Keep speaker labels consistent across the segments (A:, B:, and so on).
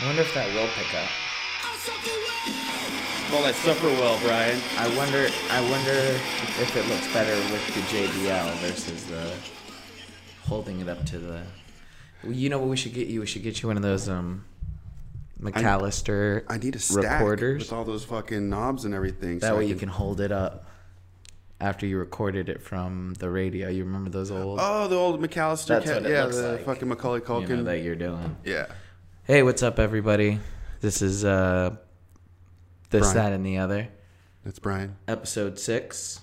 A: I wonder if that will pick up.
B: Call that suffer well, Brian.
A: I wonder. I wonder if it looks better with the JBL versus the holding it up to the. Well, You know what we should get you? We should get you one of those um, McAllister.
C: I need a stack
A: recorders.
C: with all those fucking knobs and everything.
A: that
C: so
A: way
C: I
A: you can hold it up after you recorded it from the radio. You remember those old?
C: Oh, the old McAllister.
A: That's
C: cat.
A: what it
C: yeah,
A: looks
C: the
A: like.
C: fucking Macaulay
A: you
C: Culkin.
A: know that you're doing.
C: yeah.
A: Hey, what's up, everybody? This is uh, this,
C: Brian.
A: that, and the other.
C: That's Brian.
A: episode six.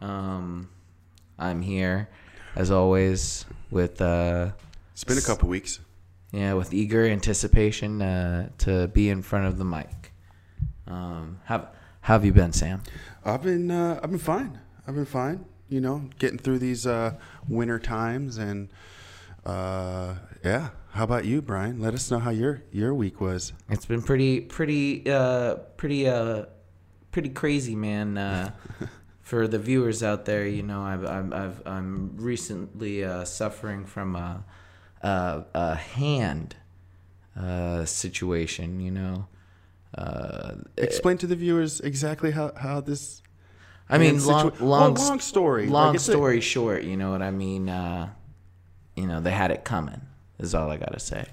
A: Um, I'm here as always with uh,
C: It's been a couple weeks.
A: yeah, with eager anticipation uh, to be in front of the mic. Um, how, how have you been, Sam?
C: I've been uh, I've been fine. I've been fine. You know, getting through these uh, winter times and uh, yeah. How about you, Brian? Let us know how your your week was.
A: It's been pretty, pretty, uh, pretty, uh, pretty crazy, man. Uh, for the viewers out there, you know, I've, I've, I've I'm recently uh, suffering from a, a, a hand uh, situation, you know. Uh,
C: Explain to the viewers exactly how, how this.
A: I mean,
C: hand
A: long,
C: situa-
A: long,
C: Well, long
A: st-
C: story. Like,
A: Long
C: it's a-
A: story short, you know what I mean. Uh, you know, they had it coming. Is all I gotta say.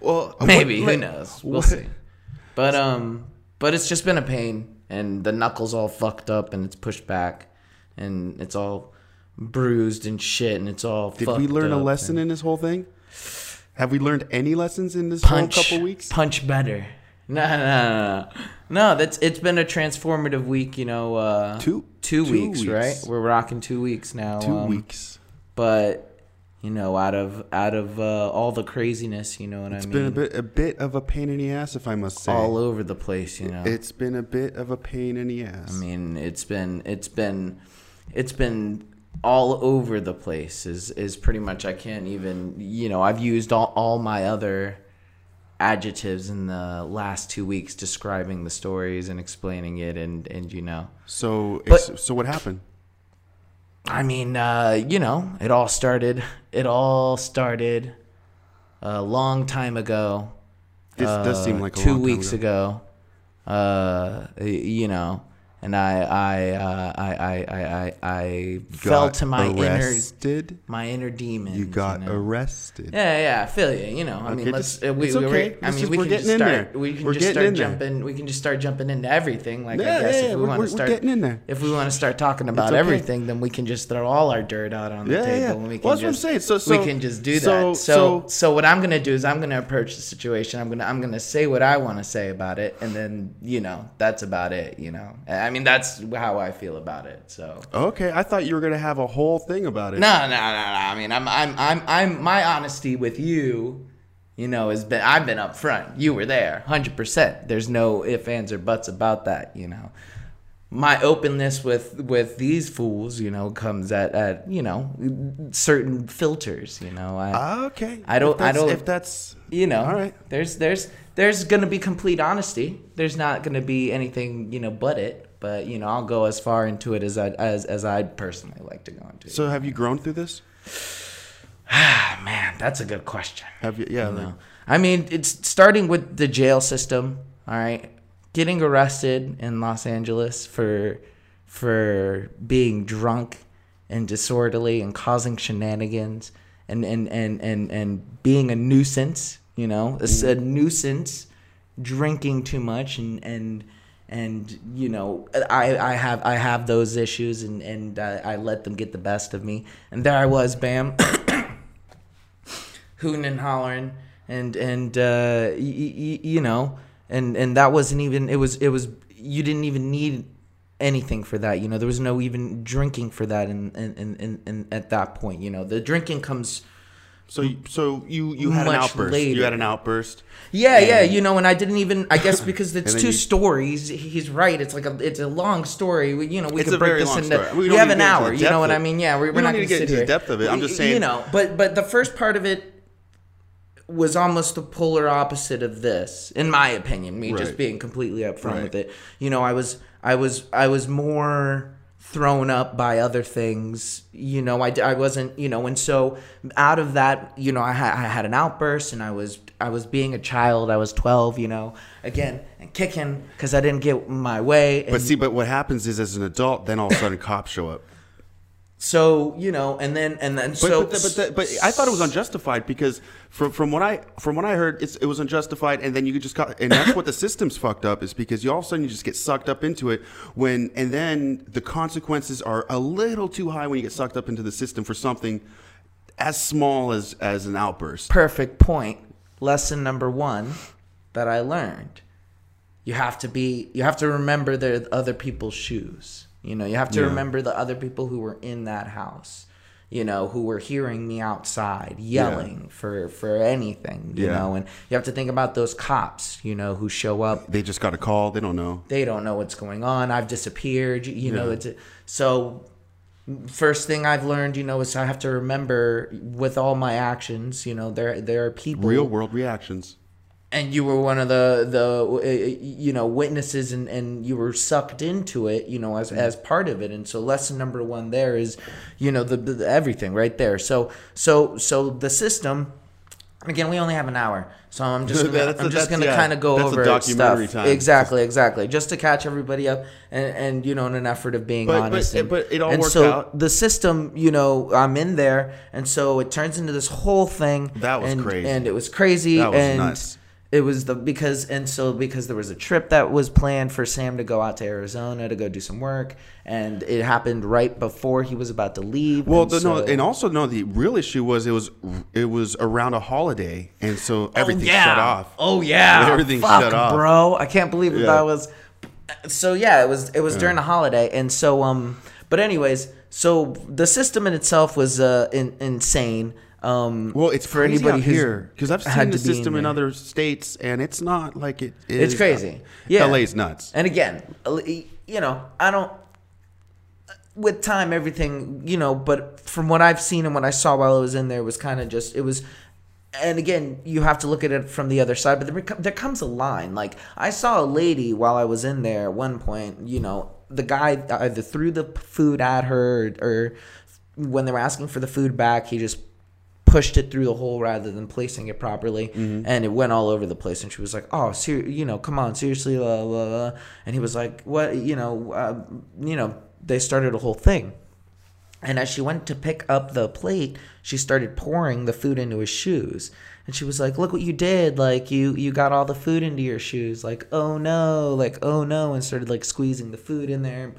C: Well,
A: Maybe
C: Uh, what-
A: who knows? We'll
C: what-
A: see. But um, but it's just been a pain, and the knuckles all fucked up, and it's pushed back, and it's all bruised and shit, and it's all.
C: Did
A: fucked
C: we learn a
A: up
C: lesson
A: and-
C: in this whole thing? Have we learned any lessons in this
A: punch
C: whole couple weeks?
A: Punch better. No, no, no, no. No, that's it's been a transformative week. You know, uh,
C: Two-
A: two
C: two
A: weeks,
C: weeks.
A: right? We're rocking two weeks now.
C: Two
A: um,
C: weeks.
A: but you know out of out of uh, all the craziness you know what
C: It's
A: i mean
C: been a bit a bit of a pain in the ass, if I must say.
A: all over the place you know
C: It's been a bit of a pain in the ass.
A: i mean it's been it's been it's been all over the place is is pretty much i can't even you know i've used all, all my other adjectives in the last two weeks describing the stories and explaining it and and you know
C: so,
A: But-
C: so what happened?
A: I mean, uh, you know, it all started. It all started a long time ago.
C: This does seem
A: uh,
C: like a
A: two
C: long time
A: weeks ago. Uh, y- you know, and I, I, uh, I, I, I, I, I fell
C: Got
A: to my inner,
C: arrested.
A: my inner demon.
C: You got arrested.
A: Yeah, yeah, I feel you. You know, I mean,
C: Okay,
A: let's.
C: just-
A: uh, we,
C: it's
A: we- we-
C: okay.
A: I
C: This
A: mean,
C: is-
A: we
C: we're
A: can
C: getting
A: just
C: in
A: start.
C: there.
A: We can
C: We're
A: just
C: getting
A: start
C: in there.
A: jumping. We can just start jumping into everything. Like
C: Yeah,
A: I guess
C: yeah,
A: if we
C: we're-
A: want
C: we're
A: to start,
C: getting in there.
A: if we want to start talking about
C: okay.
A: everything, then we can just throw all our dirt out on the
C: Yeah, yeah,
A: table.
C: yeah.
A: And we can
C: Well, that's what I'm
A: just,
C: saying. So-
A: we
C: so-
A: can just do
C: so-
A: that. So, so,
C: so-
A: what I'm gonna do is I'm gonna approach the situation. I'm gonna, I'm gonna say what I want to say about it, and then you know, that's about it. You know, I mean, that's how I feel about it. So.
C: Okay, I thought you were gonna have a whole thing about it.
A: No, no, no, no. I mean, I'm, I'm, I'm, I'm. My honesty with you, you know, has been. I've been upfront. You were there, hundred percent. There's no ifs, ands, or buts about that. You know, my openness with with these fools, you know, comes at at you know certain filters. You know, I,
C: Okay.
A: I don't-
C: If
A: I
C: that's-
A: don't-
C: If that's
A: you know,
C: Ah, All right.
A: There's, there's, there's gonna be complete honesty. There's not gonna be anything, you know, but it. But you know, I'll go as far into it as I as as I personally like to go into. it.
C: so, have you grown through this?
A: Ah, man, that's a good question.
C: Have you?
A: No.
C: Yeah. like-
A: I mean, it's starting with the jail system. All right, getting arrested in Los Angeles for for being drunk and disorderly and causing shenanigans and and and and and being a nuisance. You know, it's a nuisance, drinking too much and and and you know I, I have I have those issues and and uh, I, I let them get the best of me and there I was bam hooting and hollering and and uh, y- y- y- you know and and that wasn't even it was it was you didn't even need anything for that you know there was no even drinking for that in in in, in, in at that point you know the drinking comes
C: So, you- so you you had an
A: Much
C: outburst.
A: later.
C: You had an outburst.
A: yeah yeah you know and i didn't even i guess because it's
C: then
A: two
C: you-
A: stories he's right it's like a it's a long story we, you know we
C: It's
A: could
C: a
A: break
C: very
A: this
C: long
A: into
C: story. We
A: we,
C: don't
A: have
C: need
A: an
C: to get into
A: hour
C: the
A: you know
C: depth
A: what i
C: of it.
A: mean yeah we,
C: We
A: are
C: don't
A: not
C: need
A: going
C: to get
A: sit
C: into the
A: here.
C: depth of it. I'm
A: We-
C: just saying-
A: you know but but the first part of it was almost the polar opposite of this, in my opinion. Me just
C: Right.
A: being completely upfront with
C: Right.
A: it. You know, I was, I was, I was more thrown up by other things. You know, I, I wasn't, you know, and so out of that, you know, I, ha- I had an outburst and I was, I was being a child. I was 12, you know, again, and kicking because I didn't get my way. And
C: But see, but what happens is, as an adult, then all of a sudden cops show up.
A: so, you know, and then, and then,
C: But
A: so,
C: but, the, but, the, but I thought it was unjustified because from from what I from what I heard, it's, it was unjustified, and then you could just co- and that's what the system's fucked up is because you all of a sudden you just get sucked up into it when and then the consequences are a little too high when you get sucked up into the system for something as small as as an outburst.
A: perfect point. Lesson number one that I learned. You have to be you have to remember the other people's shoes. You know, you have to
C: Yeah.
A: remember the other people who were in that house, you know, who were hearing me outside yelling for for anything, you
C: Yeah.
A: know, and you have to think about those cops, you know, who show up
C: They just got a call. They don't know.
A: they don't know what's going on. I've disappeared. You, you know, it's so. First thing I've learned, you know, is I have to remember with all my actions, you know, there there are people,
C: Real world reactions.
A: and you were one of the the uh, you know witnesses, and and you were sucked into it, you know, as as part of it. And so, lesson number one there is, you know, the, the everything right there. So so so the system. Again, we only have an hour, so I'm just gonna,
C: That's a-
A: I'm just
C: that's-
A: gonna
C: yeah,
A: kind of go
C: that's a
A: over
C: documentary
A: stuff.
C: time.
A: Exactly. Exactly, exactly. Just to catch everybody up, and, and you know, in an effort of being
C: But- but-
A: honest. and,
C: but it all
A: and
C: worked
A: so
C: out.
A: The system, you know, I'm in there, and so it turns into this whole thing.
C: That was
A: and-
C: crazy.
A: and it was crazy.
C: That was
A: and
C: nuts.
A: It was the because and so because there was a trip that was planned for Sam to go out to Arizona to go do some work, and it happened right before he was about to leave.
C: Well,
A: and
C: the, no,
A: so-
C: and also no. The real issue was it was it was around a holiday, and so everything
A: oh, yeah.
C: shut off.
A: Oh yeah,
C: Everything
A: Fuck,
C: shut off.
A: bro. I can't believe that
C: Yeah.
A: that was. So yeah, it was it was during the holiday, and so um. But anyways, so the system in itself was uh in, insane. Um,
C: Well, it's
A: for
C: crazy
A: anybody
C: out
A: who's
C: here because I've
A: had
C: seen
A: to
C: the
A: be in
C: system in,
A: there.
C: other states, and it's not like it is.
A: It's crazy. Yeah.
C: LA's nuts.
A: And again, you know, I don't. With time, everything, you know, but from what I've seen and what I saw while I was in there was kind of just it was. And again, you have to look at it from the other side, but there, become, there comes a line. Like I saw a lady while I was in there at one point. You know, the guy either threw the food at her, or, or when they were asking for the food back, he just pushed it through the hole rather than placing it properly, and it went all over the place. And she was like, "Oh, ser- you know, come on, seriously." La, la, la. And he was like, "What? You know, uh, you know." They started a whole thing, and as she went to pick up the plate, she started pouring the food into his shoes. And she was like, "Look what you did! Like you you got all the food into your shoes! Like oh no! Like oh no!" And started like squeezing the food in there,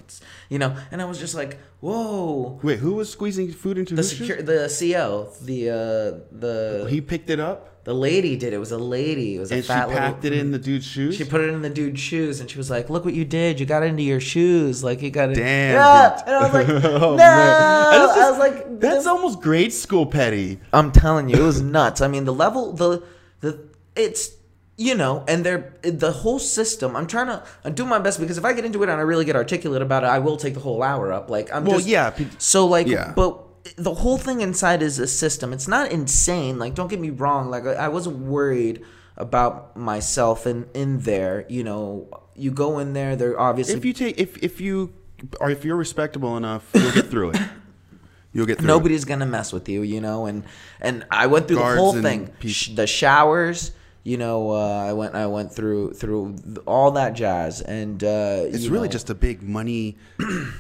A: you know. And I was just like, "Whoa!"
C: Wait, who was squeezing food into
A: The
C: whose shoes?
A: secure the CO the uh, the
C: He picked it up
A: the lady did. It was a lady. It was a
C: and she
A: fat
C: packed
A: little.
C: it in the dude's shoes.
A: She put it in the dude's shoes, and she was like, "Look what you did! You got into your shoes. Like you got it."
C: Damn,
A: Yeah!
C: dude.
A: And I was like, "No!"
C: Oh, man.
A: I,
C: And it's just-
A: was like,
C: That's
A: "This-"
C: almost grade school petty.
A: I'm telling you, it was nuts. I mean, the level, the the, it's you know, and they're the whole system. I'm trying to I do my best because if I get into it and I really get articulate about it, I will take the whole hour up. Like I'm
C: Well,
A: just
C: yeah, pe-
A: so like,
C: Yeah.
A: but the whole thing inside is a system. It's not insane. Like, don't get me wrong. Like, I I wasn't worried about myself in in there. You know, you go in there. They're obviously
C: If you take, if if you, or if you're respectable enough, you'll get through it. You'll get through.
A: nobody's gonna mess with you. You know, and and I went through
C: Guards
A: the whole
C: and
A: thing.
C: peop-
A: Sh- the showers. You know, uh, I went. I went through through th- all that jazz, and uh,
C: It. It's really just a big money.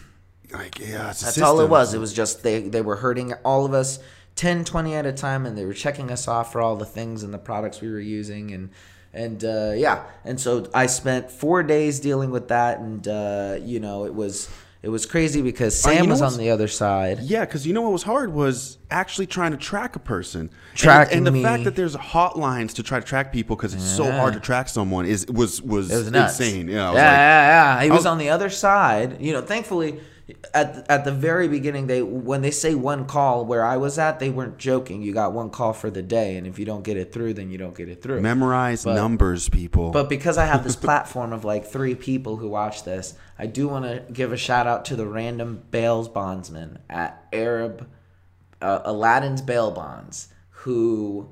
C: like yeah, it's a
A: That's all it
C: system.
A: was. It was just they, they were hurting all of us 10, 20 at a time, and they were checking us off for all the things and the products we were using. And, and uh, yeah, and so I spent four days dealing with that. And, uh, you know, it was it was crazy because
C: you
A: Sam
C: know
A: was on
C: what's-
A: the other side.
C: Yeah, because you know what was hard was actually trying to track a person.
A: Tracking
C: and, and the
A: me.
C: fact that there's hotlines to try to track people because it's so
A: Yeah.
C: hard to track someone is was was,
A: It was nuts.
C: insane.
A: yeah,
C: Yeah, I was like,
A: yeah, yeah. He was
C: was-
A: on the other side. You know, thankfully, at at the very beginning, they when they say one call where I was at, they weren't joking. You got one call for the day, and if you don't get it through, then you don't get it through.
C: memorize numbers, people.
A: But because I have this platform of like three people who watch this, I do want to give a shout out to the random bails bondsman at Arab uh, Aladdin's Bail Bonds who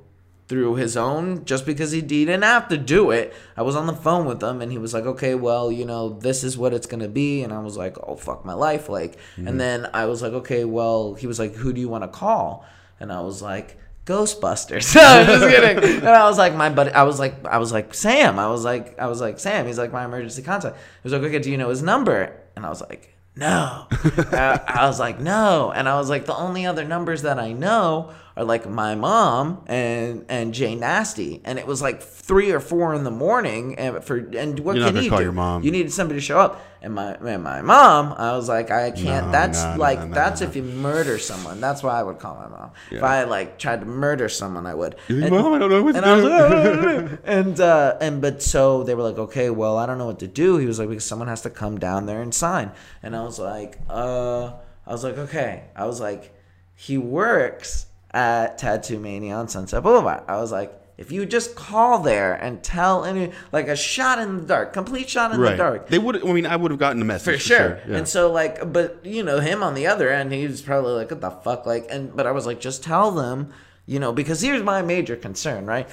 A: through his own just because he, he didn't have to do it. I was on the phone with him and he was like, "Okay, well, you know, this is what it's going to be." And I was like, "Oh fuck my life." Like, and then I was like, "Okay, well, he was like, "Who do you want to call?" And I was like, Ghostbusters. No, I'm just kidding. And I was like, my buddy. I was like, I was like Sam. I was like, I was like Sam. He's like my emergency contact. He was like, okay, do you know his number? And I was like, no. I, I was like, no. And I was like, the only other numbers that I know are like my mom and and Jay Nasty. And it was like three or four in the morning. And for and what
C: You're not
A: can
C: gonna
A: you
C: call
A: do?
C: your mom.
A: You needed somebody to show up. And my and my mom, I was like, I can't.
C: No,
A: that's
C: no, no,
A: like
C: no, no,
A: that's
C: no.
A: if you murder someone. That's why I would call my mom. If
C: Yeah.
A: I like tried to murder someone, I would.
C: You're like,
A: And-
C: "Mom, I don't know what to
A: and I was
C: do."
A: like, "Oh, no, no, no." and uh, and but so they were like, okay, well, I don't know what to do. He was like, because someone has to come down there and sign. And I was like, uh, I was like, okay. I was like, he works at Tattoo Mania on Sunset Boulevard. I was like. If you just call there and tell any like a shot in the dark, complete shot in the
C: Right.
A: dark,
C: They would. I mean, I would have gotten the message
A: for sure.
C: Yeah.
A: And so like, but you know him on the other end, he was probably like, "What the fuck?" Like, and but I was like, just tell them, you know, because here's my major concern, right?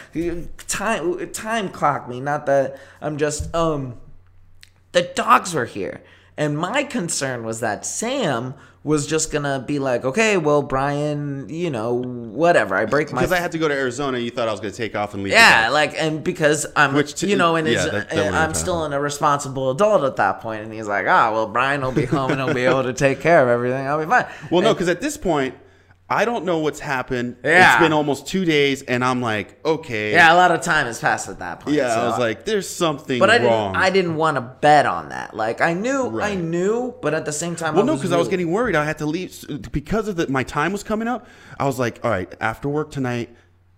A: Time time clock me, not that I'm just um the dogs were here. And my concern was that Sam was just gonna be like, okay, well, Brian, you know, whatever. I break my
C: because I had to go to Arizona, you thought I was going to take off and leave.
A: yeah, like and because I'm
C: Which to-
A: you know, and it's,
C: yeah, that- that would've
A: I'm
C: been
A: still in a responsible adult at that point, and he's like, ah, well, Brian will be home and he'll be able to take care of everything. I'll be fine.
C: Well, no, because at this point, I don't know what's happened.
A: Yeah.
C: It's been almost two days, and I'm like, okay.
A: yeah, a lot of time has passed at that point.
C: Yeah,
A: so-
C: I was like, there's something
A: but I didn't,
C: wrong.
A: I didn't want to bet on that. Like I knew, I
C: Right.
A: knew, but at the same time,
C: well, no, because I was
A: really-
C: getting worried. I had to leave s- because of the, my time was coming up. I was like, all right, after work tonight,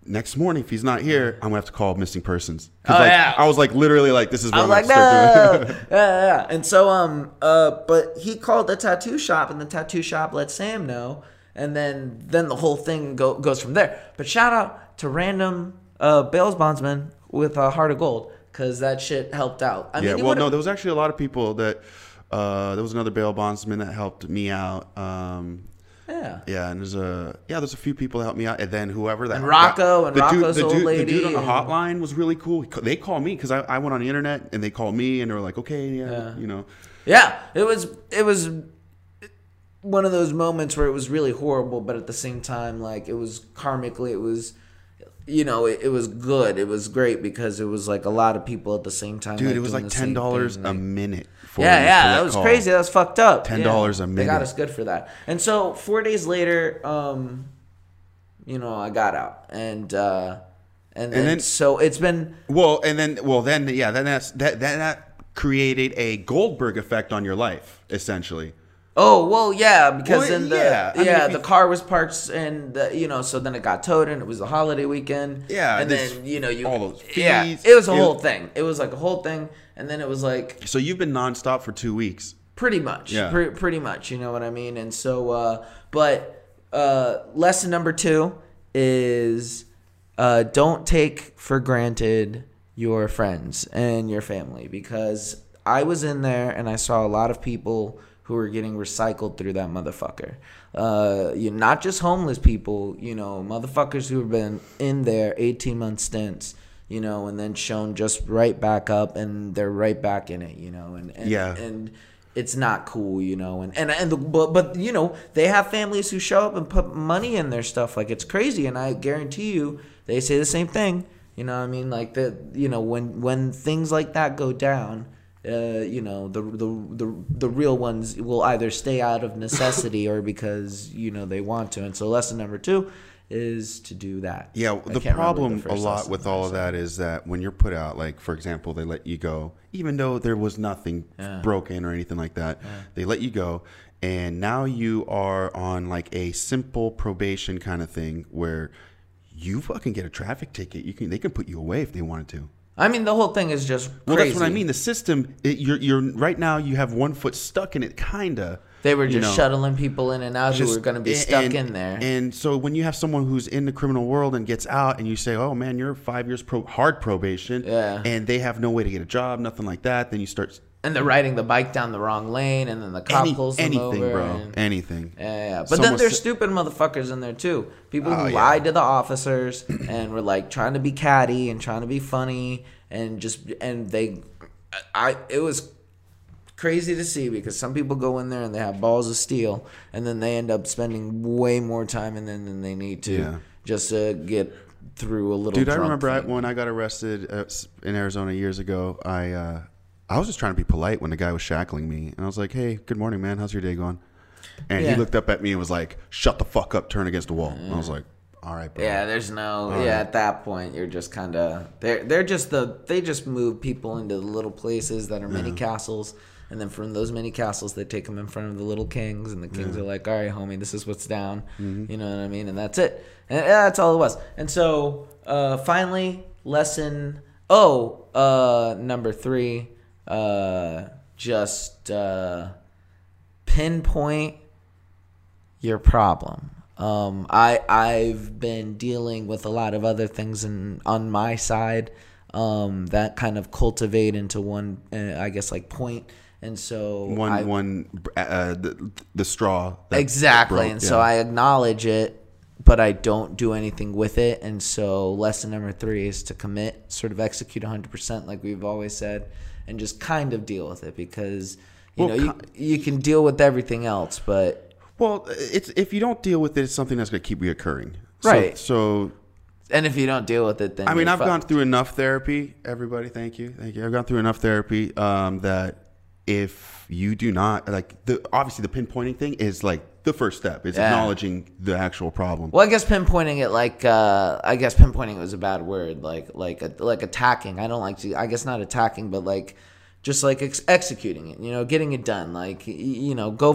C: next morning, if he's not here, I'm gonna have to call missing persons. 'Cause,
A: Mm-hmm. Oh,
C: like,
A: yeah.
C: I was like, literally, like this is what
A: I'm
C: I'm,
A: like, no,
C: gonna start doing.
A: yeah, yeah, yeah. And so, um, uh, but he called the tattoo shop, and the tattoo shop let Sam know, and then then the whole thing go, goes from there. But shout out to random uh Bales bondsman with a heart of gold because that shit helped out. I
C: yeah.
A: mean, it
C: Well,
A: would've-
C: no, there was actually a lot of people that. Uh, there was another bail bondsman that helped me out. Um,
A: yeah.
C: Yeah, and there's a yeah, there's a few people that helped me out, and then whoever that
A: And Rocco, and
C: the dude,
A: Rocco's
C: the
A: old
C: dude,
A: lady,
C: the dude on the
A: and-
C: hotline was really cool. He ca- They call me because I, I went on the internet and they called me and they were like, okay, yeah, you know,
A: Yeah, it was it was one of those moments where it was really horrible, but at the same time, like it was karmically, it was you know it, it was good, it was great because it was like a lot of people at the same time.
C: dude, it was
A: doing
C: like
A: the same
C: ten dollars
A: thing,
C: a
A: like-
C: minute. for
A: yeah,
C: me for
A: yeah, that, was
C: call.
A: crazy. That was fucked up.
C: $10
A: Yeah.
C: a
A: They got
C: minute.
A: us good for that. And so four days later, um, you know, I got out and uh, and then,
C: then-
A: so it's been
C: Well, and then well then yeah, then that's that that, that created a Goldberg effect on your life essentially.
A: Oh well, yeah, because
C: Well,
A: then the yeah,
C: yeah, I mean, if
A: the
C: you-
A: car was parked and the, you know so then it got towed and it was the holiday weekend.
C: Yeah,
A: and
C: this-
A: then you know you
C: all those
A: yeah,
C: fees,
A: it was a
C: it-
A: whole thing. It was like a whole thing, and then it was like
C: So you've been nonstop for two weeks.
A: pretty much,
C: Yeah.
A: pre- pretty much. You know what I mean? And so, uh, but uh, lesson number two is uh, don't take for granted your friends and your family because I was in there and I saw a lot of people who were getting recycled through that motherfucker. Uh, you not just homeless people, you know, motherfuckers who have been in there 18 month stints. You know, and then shown just right back up, and they're right back in it. You know, and, and
C: Yeah.
A: and it's not cool, you know. And and and the, but but you know they have families who show up and put money in their stuff like it's crazy, and I guarantee you they say the same thing. You know, what I mean, like the you know when when things like that go down. Uh, you know the, the the the real ones will either stay out of necessity or because you know they want to. And so lesson number two is to do that.
C: Yeah,
A: I
C: the
A: can't remember
C: problem
A: first
C: a lot
A: lesson
C: with
A: that I
C: all of
A: said.
C: that is that when you're put out, like for example, they let you go, even though there was nothing broken or anything like that, they let you go, and now you are on like a simple probation kind of thing where you fucking get a traffic ticket. You can they can put you away if they wanted to.
A: I mean, the whole thing is just crazy.
C: Well, that's what I mean. The system, it, you're you're right now. You have one foot stuck in it, kinda.
A: They were just
C: you know.
A: shuttling people in and out who were going to be
C: and-
A: stuck
C: and-
A: in there.
C: And so when you have someone who's in the criminal world and gets out, and you say, "Oh man, you're five years pro- hard probation,"
A: Yeah.
C: and they have no way to get a job, nothing like that, then you start
A: and they're riding the bike down the wrong lane, and then the cop
C: Any-
A: pulls them
C: anything,
A: over.
C: bro.
A: and-
C: Anything.
A: yeah, yeah. But
C: It's
A: then
C: almost-
A: there's stupid motherfuckers in there too. People who
C: Oh, yeah.
A: lied to the officers and were like trying to be catty and trying to be funny and just and they, I it was crazy to see because some people go in there and they have balls of steel and then they end up spending way more time in there than they need to
C: Yeah.
A: just to get through a little.
C: Dude, I
A: drunk
C: remember I,
A: thing.
C: when I got arrested uh, s- in Arizona years ago. I uh, I was just trying to be polite when the guy was shackling me, and I was like, "Hey, good morning, man. How's your day going?" And
A: Yeah.
C: he looked up at me and was like, "Shut the fuck up. Turn against the wall." And I was like, "All right, bro."
A: Yeah, there's no. yeah, at that point, you're just kind of they're they're just the they just move people into the little places that are mini castles, and then from those mini castles, they take them in front of the little kings, and the kings are like, "All right, homie, this is what's down." You know what I mean? And that's it. And yeah, that's all it was. And so uh, finally, lesson oh uh, number three, uh, just uh, pinpoint your problem. Um, I I've been dealing with a lot of other things in, on my side um, that kind of cultivate into one, uh, I guess, like point. And so
C: One
A: I,
C: one uh, the, the straw that
A: exactly.
C: broke,
A: and so
C: yeah.
A: I acknowledge it, but I don't do anything with it. And so lesson number three is to commit, sort of execute 100 percent, like we've always said, and just kind of deal with it because you
C: Well,
A: know you, you can deal with everything else, but
C: well, it's if you don't deal with it, it's something that's going to keep reoccurring. So-
A: Right.
C: So
A: and if you don't deal with it, then
C: I mean,
A: you're
C: I've
A: fucked.
C: gone through enough therapy. Everybody, thank you, thank you. I've gone through enough therapy um, that if you do not like the obviously the pinpointing thing is like the first step. It's
A: Yeah.
C: acknowledging the actual problem.
A: Well, I guess pinpointing it like uh, I guess pinpointing was a bad word, like like uh, like attacking. I don't like to. I guess not attacking, but like just like ex- executing it. You know, getting it done. Like y- you know, go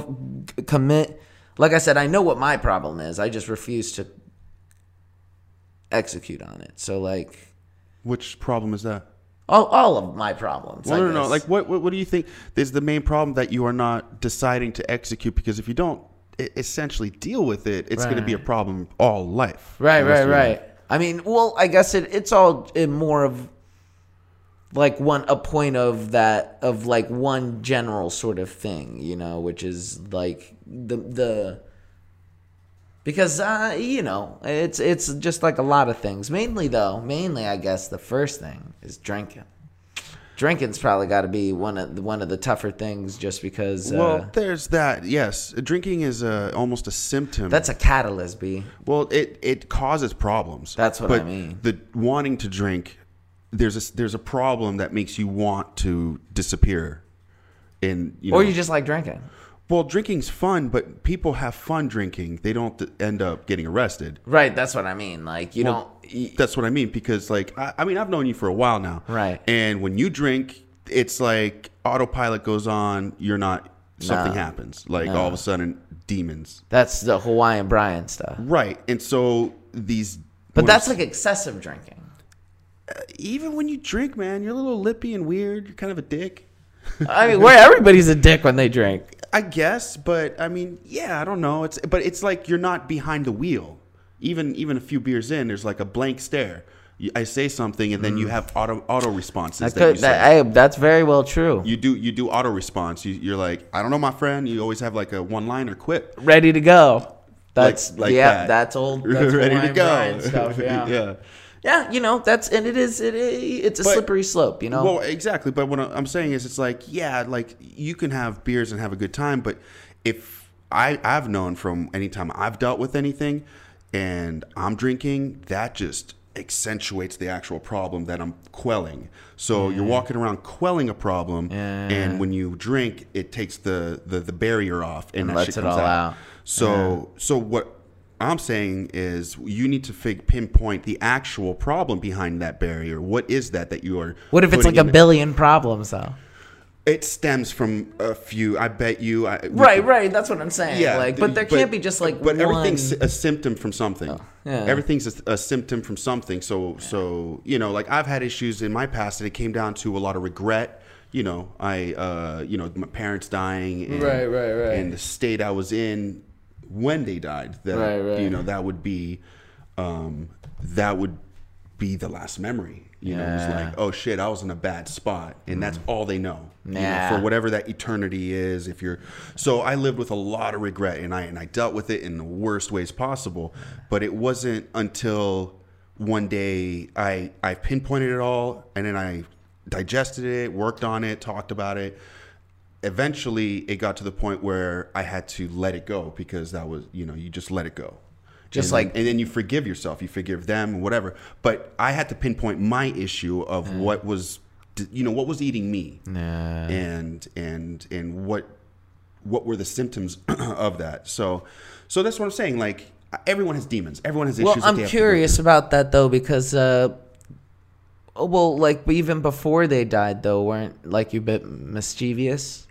A: c- commit. Like I said, I know what my problem is. I just refuse to execute on it. So like
C: Which problem is that?
A: all all of my problems.
C: Well,
A: I
C: no, no, no.
A: guess.
C: Like, what, what, what do you think is the main problem that you are not deciding to execute? Because if you don't e- essentially deal with it, it's going to be a problem all life.
A: Right,
C: The rest
A: right,
C: of your life.
A: right. I mean, well, I guess it it's all in more of like one a point of that of like one general sort of thing, you know, which is like the the because uh, you know it's it's just like a lot of things. Mainly though, mainly I guess the first thing is drinking. Drinking's probably got to be one of the, one of the tougher things, just because uh,
C: Well, there's that. Yes, drinking is a, almost a symptom.
A: that's a catalyst. B.
C: Well, it it causes problems.
A: That's what I
C: but
A: mean.
C: The wanting to drink, there's a there's a problem that makes you want to disappear. And you know,
A: or you just like drinking.
C: well, drinking's fun, but people have fun drinking. They don't th- end up getting arrested.
A: Right, that's what I mean. Like you don't. y-
C: That's what I mean because, like, I, I mean, I've known you for a while now,
A: Right.
C: And when you drink, it's like autopilot goes on. You're not. Something happens. Like all of a sudden, demons.
A: That's the Hawaiian Brian stuff.
C: Right. And so these.
A: But
C: what I'm
A: that's like excessive drinking.
C: even when you drink, man, you're a little lippy and weird. You're kind of a dick.
A: I mean, where everybody's a dick when they drink.
C: I guess, but I mean, yeah, I don't know. It's but it's like you're not behind the wheel. Even even a few beers in, there's like a blank stare. You, I say something, and then you have auto auto responses.
A: Mm. I
C: that
A: could,
C: you,
A: that,
C: say.
A: hey, that's very well true.
C: you do you do auto response. You, you're like, I don't know, my friend. You always have like a one liner quip.
A: Ready to go. That's
C: like
A: yeah.
C: that.
A: That's old. That's
C: ready to
A: Hawaiian
C: go.
A: Brian stuff. Yeah. yeah.
C: yeah.
A: you know that's and it is it. It's a
C: But-
A: slippery slope. You know.
C: Well, exactly. But what I'm saying is, it's like, yeah, like you can have beers and have a good time, but if I, I've known from any time I've dealt with anything, and I'm drinking, that just accentuates the actual problem that I'm quelling. So
A: Mm.
C: you're walking around quelling a problem, and when you drink, it takes the the, the barrier off and, that
A: lets
C: shit
A: it
C: comes
A: all out. Uh-huh.
C: So so what I'm saying is you need to fig- pinpoint the actual problem behind that barrier. What is that that you are?
A: what if it's
C: putting
A: like a
C: in-
A: billion problems though?
C: It stems from a few. I bet you. I, we
A: Right,
C: could-
A: right. That's what I'm saying.
C: Yeah,
A: like, but there can't be just like
C: But
A: one. Oh,
C: everything's a symptom from something.
A: yeah.
C: Everything's a, a symptom from something. So, so you know, like I've had issues in my past, and it came down to a lot of regret. You know, I, uh, you know, my parents dying, and,
A: Right, right, right.
C: and the state I was in when they died. That
A: Right, right.
C: you know, that would be, um, that would be the last memory. You know, it's like, oh shit, I was in a bad spot, and that's
A: Mm-hmm.
C: all they know. you know,
A: Yeah.
C: for whatever that eternity is. If you're, so I lived with a lot of regret, and I and I dealt with it in the worst ways possible. But it wasn't until one day I I pinpointed it all, and then I digested it, worked on it, talked about it, eventually it got to the point where I had to let it go because that was, you know, you just let it go.
D: Just
C: And
D: like-
C: then- and then you forgive yourself, you forgive them, whatever. But I had to pinpoint my issue of
A: Mm.
C: what was, you know, what was eating me, and and and what what were the symptoms of that. So, so that's what I'm saying. Like everyone has demons, everyone has issues.
A: Well,
C: that they
A: I'm
C: have to go
A: curious about that though because, uh, oh, well, like even before they died though, weren't like you bit mischievous?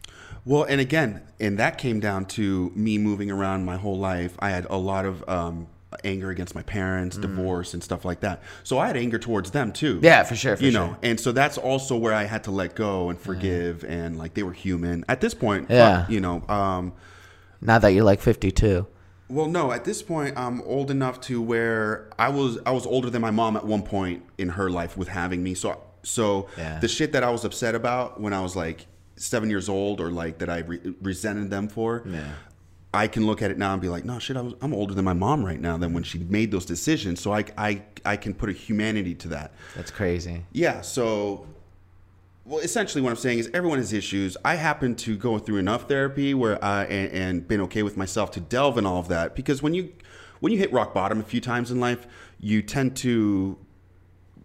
C: Well, and again, and that came down to me moving around my whole life. I had a lot of um, anger against my parents,
D: Mm.
C: divorce, and stuff like that. So I had anger towards them too.
D: Yeah, for sure, for
C: you
D: sure. Mm.
C: know, and so that's also where I had to let go and forgive, and like they were human at this point. fuck,
D: Yeah.
C: you know. Um,
D: Now that you're like 52.
C: well, no, at this point, I'm old enough to where I was. I was older than my mom at one point in her life with having me. So, so
D: Yeah.
C: the shit that I was upset about when I was like seven years old, or like that I re- resented them for. I can look at it now and be like, no, shit, I was, I'm older than my mom right now than when she made those decisions. So I, I, I can put a humanity to that.
D: That's crazy.
C: Yeah. So, well, essentially, what I'm saying is everyone has issues. I happen to go through enough therapy where I and, and been okay with myself to delve in all of that because when you when you hit rock bottom a few times in life, you tend to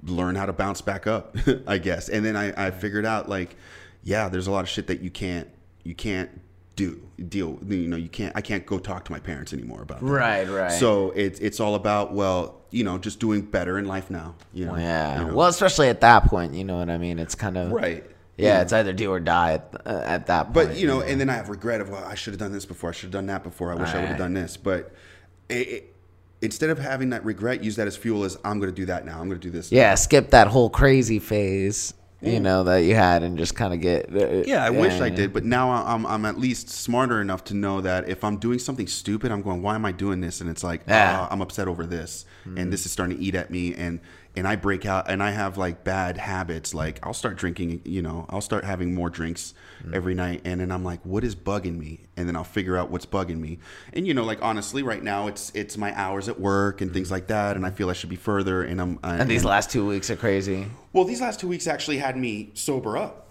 C: learn how to bounce back up, I guess. And then I, I figured out like, yeah, there's a lot of shit that you can't you can't do deal. You know, you can't I can't go talk to my parents anymore about that.
A: Right, right.
C: So it's it's all about well, you know, just doing better in life now. You know,
A: Yeah.
C: You know?
A: Well, especially at that point, you know what I mean? It's kind of
C: right.
A: Yeah, it's either do or die at, uh, at that point.
C: But you know, and then I have regret of well, I should have done this before. I should have done that before. I wish I would have done this. But it, it, instead of having that regret, use that as fuel. As I'm going to do that now. I'm going to do this. now."
A: yeah, skip that whole crazy phase, you know, that you had and just kind of get. uh,
C: Yeah, I wish I
A: yeah.
C: did, but now I- I'm I'm at least smarter enough to know that if I'm doing something stupid, I'm going, why am I doing this? And it's like,
A: Yeah.
C: ah, I'm upset over this, and this is starting to eat at me, and and I break out, and I have like bad habits, like I'll start drinking, you know, I'll start having more drinks
A: Mm.
C: every night, and then I'm like, what is bugging me? And then I'll figure out what's bugging me, and you know, like honestly, right now it's it's my hours at work and things like that, and I feel I should be further, and I'm I,
A: Mm. And these last two weeks are crazy.
C: well, these last two weeks actually had me sober up.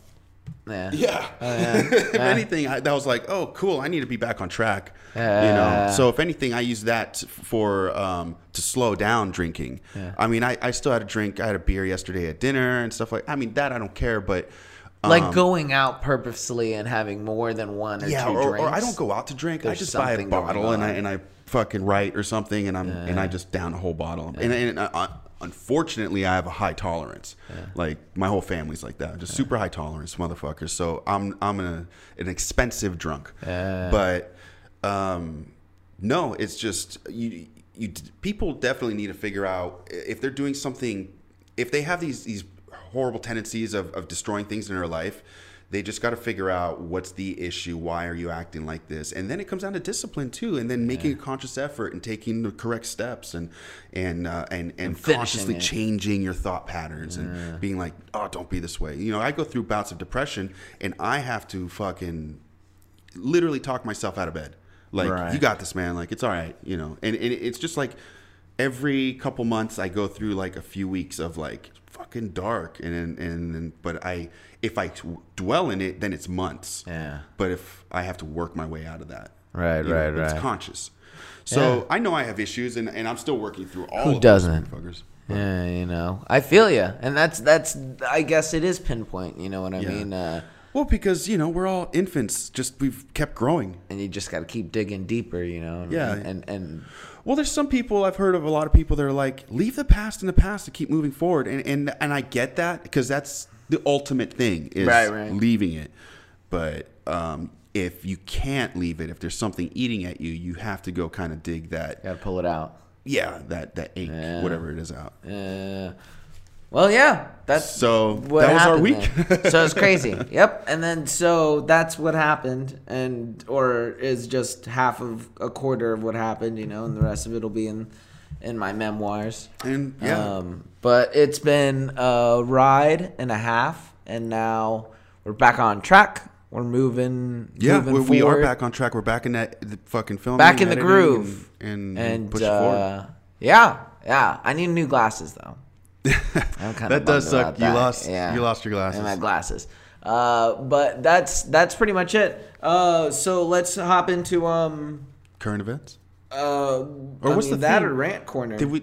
A: Yeah.
C: Yeah. if anything, I, that was like, oh, cool. I need to be back on track. you
A: Yeah.
C: know. So if anything, I use that for um, to slow down drinking. I mean, I, I still had a drink. I had a beer yesterday at dinner and stuff like. I mean, that I don't care, but um,
A: Like going out purposely and having more than one or
C: yeah,
A: two
C: or, or
A: drinks.
C: I don't go out to drink. I
A: There's
C: just buy a
A: something going
C: bottle and I
A: on.
C: and I fucking write or something, and I'm and I just down a whole bottle. And, and uh, unfortunately, I have a high tolerance. Like my whole family's like that, just super high tolerance, motherfuckers. So I'm I'm a, an expensive drunk, but um, no, it's just you you people definitely need to figure out if they're doing something if they have these these horrible tendencies of, of destroying things in their life they just got to figure out what's the issue why are you acting like this and then it comes down to discipline too and then making a conscious effort and taking the correct steps and and uh, and, and,
A: finishing
C: consciously
A: it.
C: changing your thought patterns and being like oh don't be this way you know i go through bouts of depression and i have to fucking literally talk myself out of bed. Like
A: Right.
C: you got this, man. Like it's all right, you know. And, and it's just like every couple months I go through like a few weeks of like fucking dark, and and, and, and but I if I d- dwell in it, then it's months.
A: Yeah.
C: But if I have to work my way out of that,
A: Right,
C: you know,
A: right,
C: but It's
A: right.
C: conscious. So I know I have issues, and, and I'm still working through all. of
A: doesn't?
C: Those motherfuckers.
A: Yeah, you know, I feel you, and that's that's. I guess it is pinpoint. You know what I mean? Uh,
C: Well, because you know we're all infants. Just we've kept growing.
A: and you just got to keep digging deeper. You know. and-
C: Yeah.
A: And and
C: Well, there's some people I've heard of a lot of people that are like, leave the past in the past to keep moving forward, and and, and I get that because that's the ultimate thing is
A: Right, right.
C: leaving it. But um, if you can't leave it, if there's something eating at you, you have to go kind of dig that,
A: got to pull it out.
C: yeah, that that ache, whatever it is out.
A: Uh, well, yeah, that's
C: So
A: what
C: that was our
A: happened
C: week.
A: then. so it's crazy. Yep. And then so that's what happened, and or is just half of a quarter of what happened, you know, and the rest of it'll be in in my memoirs.
C: And yeah,
A: Um, but it's been a ride and a half, and now we're back on track. We're moving.
C: yeah,
A: moving
C: we, we are
A: forward.
C: back on track. We're back in that the fucking film.
A: Back in the groove.
C: and, and,
A: and
C: push forward.
A: uh, yeah, yeah. I need new glasses though. I'm kinda
C: That
A: bummed
C: does suck.
A: about
C: You
A: that.
C: lost- you lost your glasses.
A: And my glasses. Uh, but that's that's pretty much it. Uh, so let's hop into um.
C: Current events.
A: Uh,
C: Or
A: I
C: what's
A: mean,
C: the
A: that
C: theme?
A: or rant corner?
C: Did we?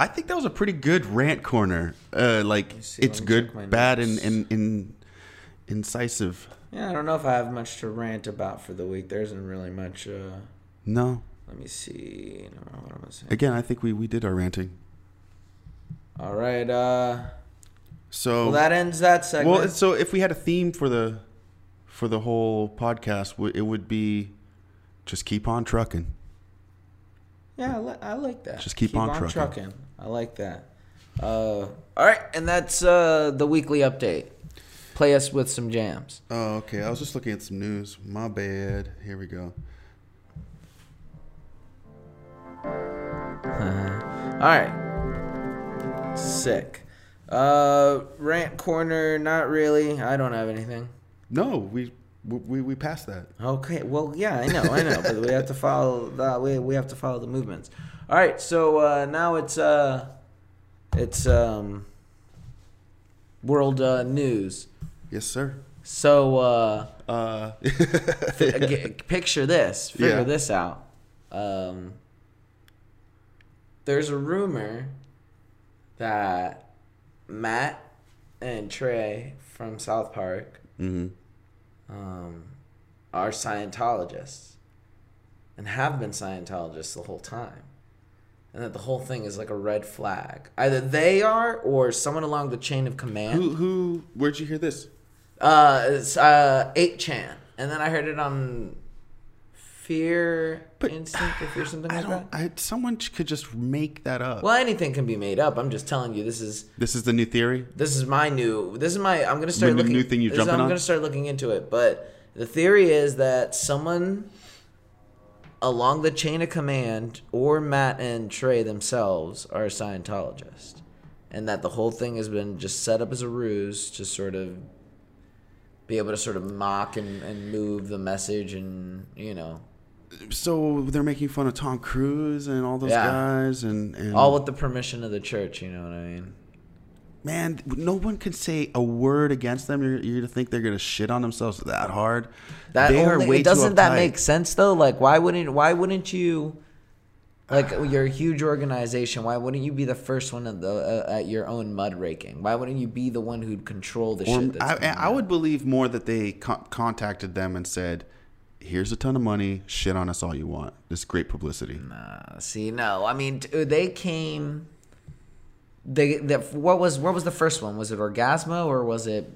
C: I think that was a pretty good rant corner. Uh, like
A: see,
C: it's
A: let me check my
C: good, bad, and,
A: notes.
C: and and incisive.
A: Yeah, I don't know if I have much to rant about for the week. There isn't really much. Uh,
C: No,
A: let me see. No, What am I saying?
C: again, I think we we did our ranting.
A: All right. Uh,
C: So
A: well, that ends that segment.
C: oh. well, it's- so if we had a theme for the for the whole podcast, w- it would be just keep on trucking.
A: yeah, I, li- I like that.
C: Just keep on trucking.
A: I like that. Uh, all right, and that's uh, the weekly update. Play us with some jams.
C: Oh, okay. I was just looking at some news. My bad. Here we go.
A: All right. Sick. Uh, rant corner. Not really. I don't have anything.
C: No, we we we passed that.
A: Okay. Well, yeah, I know, I know, but we have to follow that. We we have to follow the movements. All right. So uh, now it's uh, it's um, world uh, news.
C: Yes, sir.
A: So uh,
C: Uh,
A: g- picture this. Figure
C: Yeah.
A: this out. Um, there's a rumor that Matt and Trey from South Park
C: mhm.
A: um, are Scientologists and have been Scientologists the whole time. And that the whole thing is like a red flag. Either they are or someone along the chain of command.
C: Who who? Where'd you hear this?
A: Uh, it's uh, 8chan. And then I heard it on Fear
C: But-
A: Instinct or Fear something
C: I
A: like
C: don't.
A: that.
C: I, someone j- could just make that up.
A: Well, anything can be made up. I'm just telling you, this is
C: This is the new theory.
A: This is my new. This is my. I'm gonna start
C: New- new
A: looking.
C: thing you're
A: this is-
C: jumping
A: I'm
C: on?
A: gonna start looking into it. But the theory is that someone along the chain of command, or Matt and Trey themselves, are a Scientologist, and that the whole thing has been just set up as a ruse to sort of be able to sort of mock and, and move the message, and you know,
C: So they're making fun of Tom Cruise and all those
A: Yeah.
C: guys, and, and
A: all with the permission of the church. You know what I mean?
C: man, no one can say a word against them. You're, you're to think they're gonna shit on themselves that hard.
A: That
C: they
A: only, it doesn't
C: too
A: that
C: uptight.
A: make sense though? Like why wouldn't why wouldn't you like you're a huge organization, why wouldn't you be the first one at the uh, at your own mud raking? Why wouldn't you be the one who'd control the
C: Or
A: shit that's
C: Um, I,
A: going
C: I would believe more that they co- contacted them and said, "Here's a ton of money. Shit on us all you want. This is great publicity."
A: on? See, no. I mean, t- they came they the, what was what was the first one? Was it Orgasmo or was it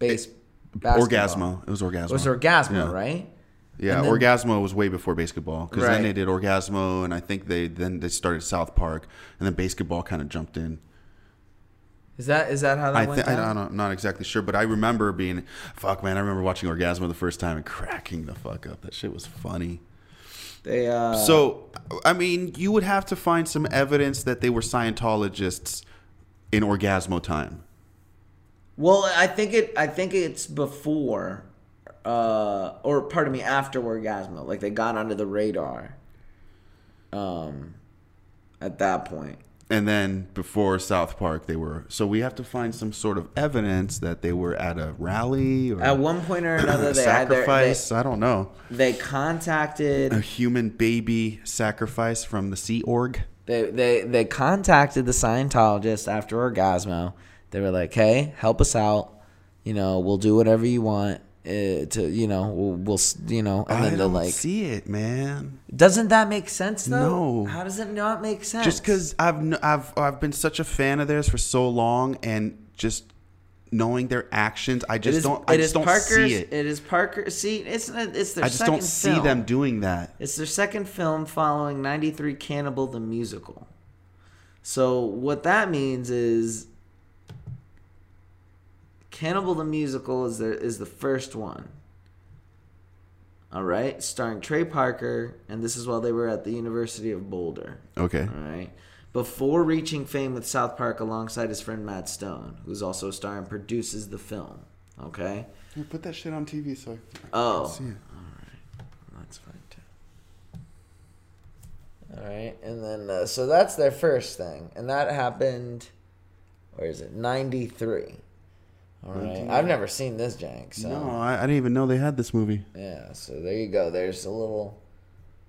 A: base basketball?
C: Orgasmo. It was Orgasmo.
A: It was Orgasmo,
C: Yeah.
A: right?
C: Yeah,
A: And then-
C: Orgasmo was way before basketball because
A: Right.
C: then they did Orgasmo, and I think they then they started South Park, and then basketball kind of jumped in.
A: Is that is that how that
C: I,
A: went
C: th- I
A: down?
C: don't, I'm not exactly sure, but I remember being, fuck man, I remember watching Orgasmo the first time and cracking the fuck up. That shit was funny.
A: They uh
C: so, I mean, you would have to find some evidence that they were Scientologists in Orgasmo time.
A: Well, I think it. I think it's before, uh, or pardon me, after Orgasmo. Like they got under the radar. Um, at that point,
C: And then before South Park, they were. So we have to find some sort of evidence that they were at a rally or
A: at one point or another,
C: a
A: they either they,
C: Mm. sacrifice. I don't know.
A: they
C: a
A: contacted
C: human baby sacrifice from the Sea Org.
A: they they they contacted the Scientologist after Orgasmo. They were like, "Hey, help us out. You know, we'll do whatever you want." Uh, to you know, we'll, we'll s- you know, and
C: I
A: then they're
C: don't
A: like,
C: see it, man.
A: doesn't that make sense though?
C: No.
A: How does it not make sense?
C: Just because I've kn- I've I've been such a fan of theirs for so long, and just knowing their actions, I just don't I just don't see it.
A: It is Parker. See, it's it's their
C: I just
A: second
C: don't see
A: film.
C: them doing that.
A: It's their second film following '93 Cannibal the Musical. So what that means is Cannibal the Musical is their is the first one. All right, starring Trey Parker, and this is while they were at the University of Boulder.
C: Okay.
A: All right. Before reaching fame with South Park alongside his friend Matt Stone, who's also a star and produces the film. Okay?
C: Yeah, put that shit on TV so I can
A: Oh.
C: see it.
A: That's fine too. All right, and then uh, so that's their first thing, and that happened. Where is it? Ninety three. All right, I've never seen this jank, so
C: No, I, I didn't even know they had this movie.
A: yeah. So there you go. There's a little.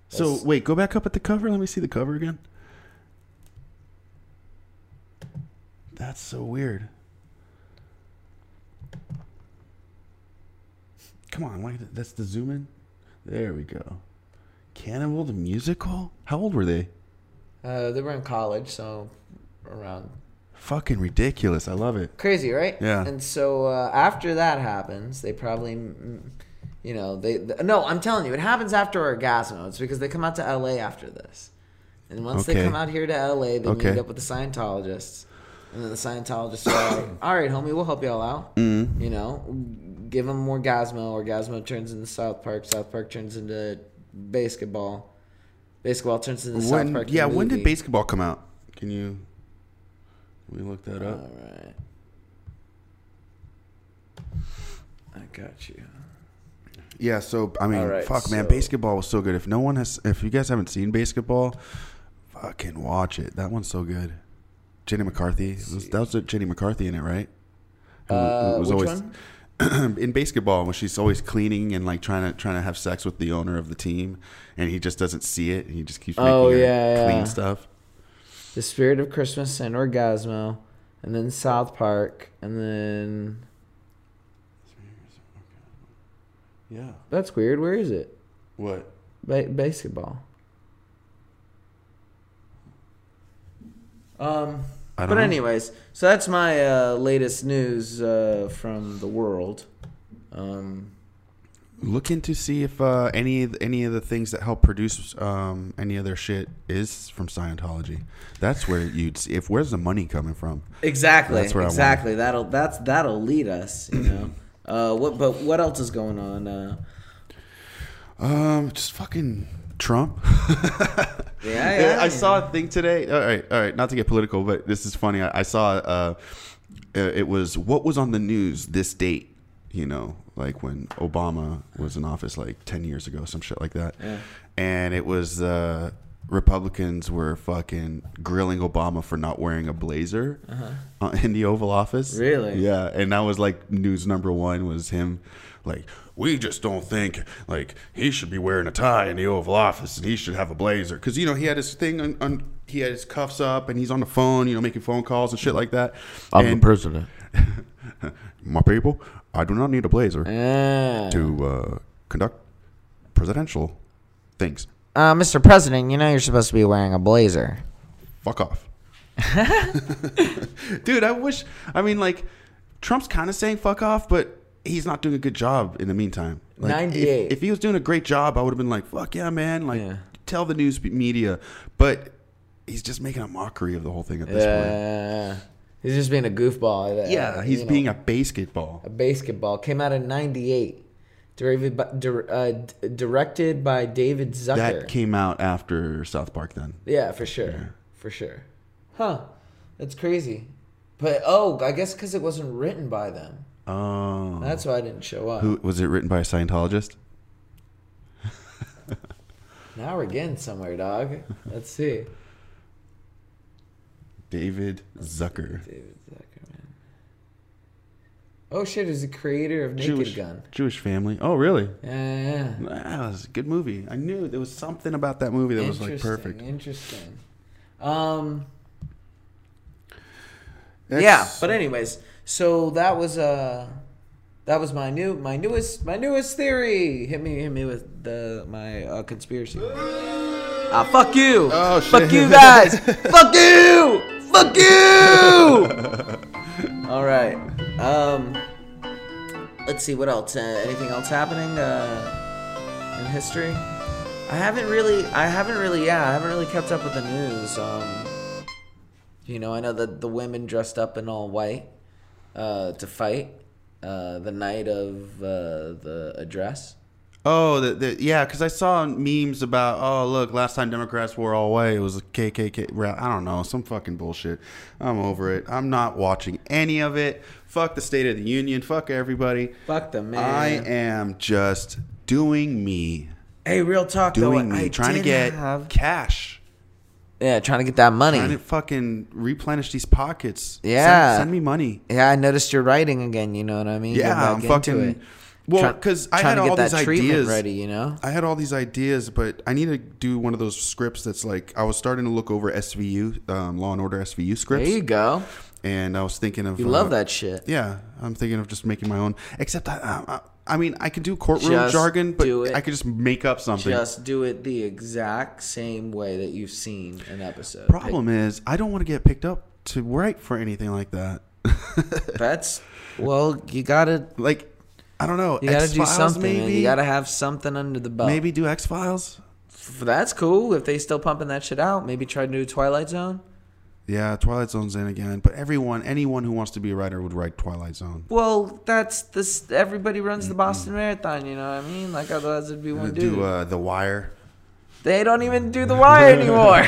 C: So
A: That's-
C: wait, go back up at the cover. Let me see the cover again. That's so weird. Come on, why, that's the zoom in. There we go. Cannibal the musical. How old were they?
A: Uh, they were in college, so around
C: Fucking ridiculous. I love it.
A: crazy, right?
C: Yeah.
A: And so uh, after that happens, they probably, mm, you know, they, th- no, I'm telling you, it happens after Orgasmo. It's because they come out to L.A. after this, and once they
C: Okay.
A: come out here to L.A., they
C: Okay.
A: meet up with the Scientologists, and then the Scientologists are like, "All right, homie, we'll help y'all out.
C: Mm-hmm.
A: You know, give them Orgasmo. Orgasmo turns into South Park. South Park turns into basketball. Basketball turns into South
C: When,
A: Park. the
C: yeah, when did
A: movie.
C: basketball come out? Can you? Can we look that up.
A: All right. I got you.
C: Yeah, so I mean,
A: All right,
C: fuck, man,
A: so-
C: basketball was so good. If no one has, if you guys haven't seen basketball, fucking watch it. That one's so good. Jenny McCarthy, was, that was Jenny McCarthy in it, right? Who- who
A: Uh, which
C: in basketball when she's always cleaning and like trying to trying to have sex with the owner of the team, and he just doesn't see it, and he just keeps making
A: Oh,
C: her
A: yeah,
C: clean
A: yeah.
C: stuff.
A: The Spirit of Christmas and Orgasmo, and then South Park, and then
C: Yeah.
A: that's weird. Where is it?
C: What?
A: Ba- basketball. Um.
C: I don't
A: But
C: know.
A: anyways, so that's my uh, latest news uh, from the world. Um,
C: Looking to see if uh, any any of the things that help produce um, any of their shit is from Scientology. That's where you'd see if where's the money coming from.
A: Exactly.
C: That's where I wanted-
A: exactly. That'll that's that'll lead us. You know. uh, what? But what else is going on? Uh,
C: Um, just fucking Trump.
A: yeah,
C: Yeah,
A: yeah,
C: I
A: yeah.
C: saw a thing today. All right, all right. Not to get political, but this is funny. I, I saw uh, uh, it was what was on the news this date. You know, like when Obama was in office, like ten years ago, some shit like that. And it was uh, Republicans were fucking grilling Obama for not wearing a blazer uh in the Oval Office.
A: Uh-huh. Really?
C: Yeah. Yeah, and that was like news number one was him, like we just don't think like he should be wearing a tie in the Oval Office and he should have a blazer because you know he had his thing on, on he had his cuffs up and he's on the phone you know making phone calls and shit like that. and
D: president.
C: my people, I do not need a blazer
A: Yeah.
C: to uh, conduct presidential things.
A: Uh, Mr. President, you know you're supposed to be wearing a blazer.
C: fuck off. Dude, I wish. I mean, like, Trump's kind of saying fuck off, but he's not doing a good job in the meantime. Like, if-
A: 98.
C: If, he was doing a great job, I would have been like, fuck yeah, man. Like,
A: Yeah.
C: tell the news media. But he's just making a mockery of the whole thing at this point.
A: Yeah. He's just being a goofball. uh,
C: Yeah, he's
A: you know,
C: being a basketball.
A: a basketball. Came out in '98. Directed by, dir- uh, d- directed by David Zucker.
C: That came out after South Park then.
A: Yeah, for sure. For sure. Huh. That's crazy. But oh, I guess because it wasn't written by them.
C: Oh.
A: That's why I didn't show up.
C: Who, was it written by a Scientologist?
A: Now we're getting somewhere, dog. Let's see.
C: David Zucker.
A: David Zuckerman. Oh shit, he's the creator of Naked
C: Jewish,
A: Gun.
C: Jewish family. Oh, really?
A: Yeah, yeah, yeah.
C: That was a good movie. I knew there was something about that movie that was like
A: Interesting,
C: perfect.
A: Interesting. Um, yeah,
C: That's-
A: but anyways, so that was uh that was my new my newest my newest theory. Hit me hit me with the my uh, conspiracy. Ah, fuck you.
C: Oh,
A: Fuck
C: shit.
A: you guys. fuck you. Fuck you. All right. Um let's see what else. Uh, anything else happening uh in history? I haven't really I haven't really yeah, I haven't really kept up with the news. Um you know, I know that the women dressed up in all white uh, to fight uh, the night of uh, the address.
C: Oh, the, the, yeah, because I saw memes about, oh, look, last time Democrats were all white, it was a KKK rally. I don't know, some fucking bullshit. I'm over it. I'm not watching any of it. Fuck the State of the Union. Fuck everybody.
A: Fuck the man.
C: I am just doing me,
A: hey, real talk
C: doing
A: though.
C: me,
A: I
C: trying to
A: did
C: get
A: have-
C: cash.
A: yeah, trying to get that money.
C: Trying to fucking replenish these pockets. Send-
A: Yeah.
C: Send, me money.
A: Yeah, I noticed you're writing again. You know what I mean? Get
C: Yeah,
A: back
C: I'm
A: into it.
C: fucking. Well,
A: Try-
C: because I
A: trying
C: had
A: to get
C: all
A: that
C: these
A: treatment
C: ideas.
A: ready. You know?
C: I had all these ideas, but I need to do one of those scripts that's like I was starting to look over SVU, um, Law and Order SVU
A: There
C: scripts,
A: you go.
C: and I was thinking of uh,
A: You love that shit.
C: Yeah, I'm thinking of just making my own. Except I, I, I mean, I could do courtroom
A: Just
C: jargon, but
A: do it.
C: I could just make up something.
A: Just do it the exact same way that you've seen an episode.
C: Problem is, I don't want to get picked up to write for anything like that.
A: That's well, you gotta
C: like, I don't know.
A: you gotta do
C: X-Files,
A: something. man.
C: Maybe
A: You gotta have something under the belt.
C: maybe do X Files.
A: F- that's cool if they still pumping that shit out. Maybe try to do Twilight Zone.
C: Yeah, Twilight Zone's in again. But everyone, anyone who wants to be a writer would write Twilight Zone.
A: Well, that's this. Everybody runs the Boston Marathon. You know what I mean? Like otherwise it'd be one dude.
C: Do uh, The Wire.
A: they don't even do the wire anymore.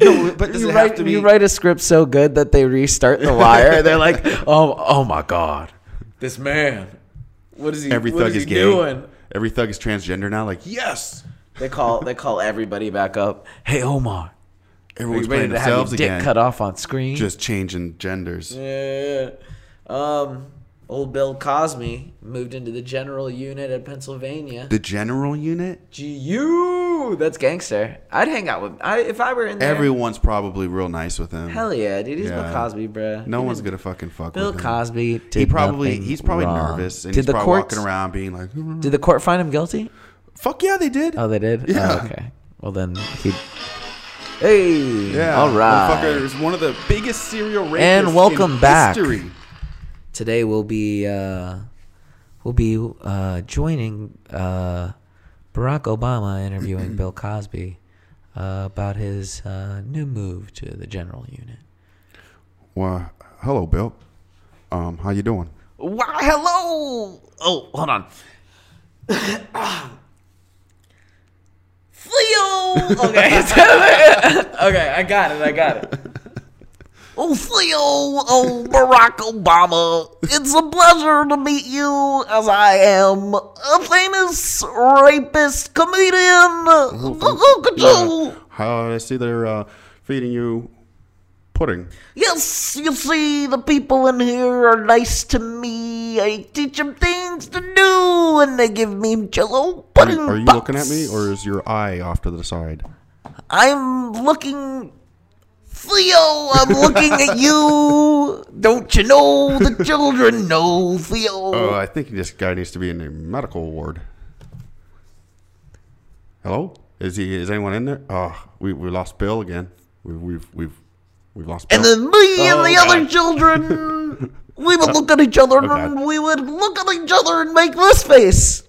C: No, but does
A: you
C: it
A: write,
C: have to be?
A: you write a script so good that they restart the wire. They're like, oh, oh my god, this man. What is he?
C: Every
A: what
C: thug
A: he
C: is gay. Every thug is transgender now. Like yes,
A: They call they call everybody back up. Hey Omar,
C: everyone's
A: ready
C: playing
A: to have
C: themselves
A: your dick
C: again.
A: cut off on screen?
C: Just changing genders.
A: yeah. Um, old Bill Cosby moved into the general unit at Pennsylvania.
C: The general unit.
A: GU, that's gangster. I'd hang out with I if I were in there.
C: Everyone's probably real nice with him.
A: Hell yeah, dude. He's
C: Yeah.
A: Bill Cosby, bruh.
C: no one's gonna fucking fuck
A: Bill
C: with him.
A: Cosby. Did
C: He probably
A: nothing
C: he's probably
A: wrong.
C: nervous and
A: did
C: he's
A: the
C: probably
A: court
C: walking around being like, "Mm,
A: Did the court find him guilty?
C: "Fuck yeah, they did."
A: Oh, they did. Oh,
C: Yeah.
A: okay. Well then, he. Hey.
C: yeah,
A: All right.
C: Motherfucker is one of the biggest serial rapists
A: And welcome
C: in
A: back.
C: history.
A: Today we'll be uh, we'll be uh, joining uh, Barack Obama interviewing Bill Cosby uh, about his uh, new move to the general unit.
C: Well, hello, Bill. Um, how you doing?
A: Wow! Hello. Oh, hold on. Fleo. Okay. okay, I got it. I got it.
E: Oh, Theo, oh, Barack Obama, it's a pleasure to meet you as I am a famous rapist comedian.
C: How I see they're uh, feeding you pudding.
E: Yes, you see, the people in here are nice to me. I teach them things to do, and they give me jello
C: Are
E: pudding
C: you, are you
E: pops.
C: looking at me, or is your eye off to the side?
E: I'm looking. Theo, I'm looking at you. Don't you know the children know, Theo?
C: Oh, I think this guy needs to be in the medical ward. Hello, is he? Is anyone in there? Oh, we, we lost Bill again. We, we've we've we've lost. Bill.
E: and then me
C: Oh,
E: and the other children, we would look at each other and
C: God.
E: we would look at each other and make this face.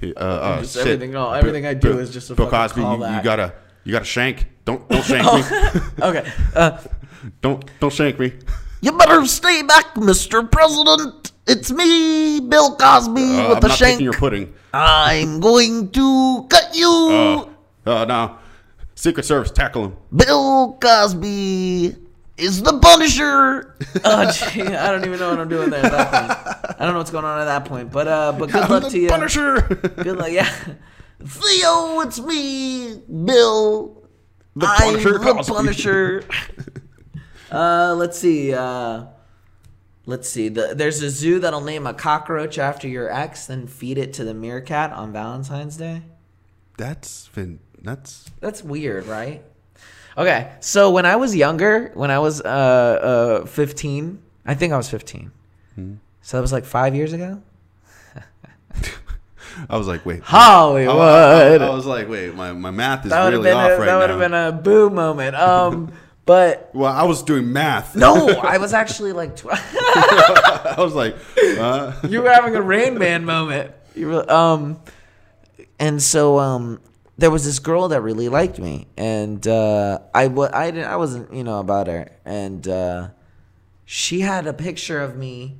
C: He- uh, uh,
A: Just
C: shit.
A: everything- all-
C: Bill-
A: everything I do
C: Bill-
A: is just a
C: Bill
A: fucking
C: Cosby. You, you
A: callback.
C: gotta you gotta shank. Don't don't shank me.
A: Okay. Uh,
C: Don't don't shank me.
E: you better stay back, Mr. President. It's me, Bill Cosby,
C: Uh, I'm
E: with the
C: not
E: shank.
C: taking your pudding.
E: I'm going to cut you,
C: Uh, uh, no. Secret Service, tackle him.
E: Bill Cosby. Is the Punisher?
A: oh, gee, I don't even know what I'm doing there at that point. I don't know what's going on at that point. But uh, but good luck to you.
C: Punisher.
A: Good luck. Yeah.
E: Theo, it's me, Bill.
C: The
E: I'm
C: Punisher
E: the
C: Cosby.
E: Punisher.
A: Uh, let's see. Uh, let's see. The, there's a zoo that'll name a cockroach after your ex, then feed it to the meerkat on Valentine's Day.
C: That's fin. That's
A: That's weird, right? Okay, so when I was younger, when I was uh, uh, 15, I think I was 15. So that was like five years ago.
C: I was like, wait.
A: Hollywood.
C: I, I- I was like, wait. My, my math is
A: that would have
C: really off
A: been a,
C: right
A: that would
C: now.
A: have been a boo moment. Um, but
C: well, I was doing math.
A: no, I was actually like, tw-
C: I was like, uh,
A: you were having a Rain Man moment. You were, um, and so um, there was this girl that really liked me, and uh, I wa- I didn't I wasn't you know about her, and uh, she had a picture of me.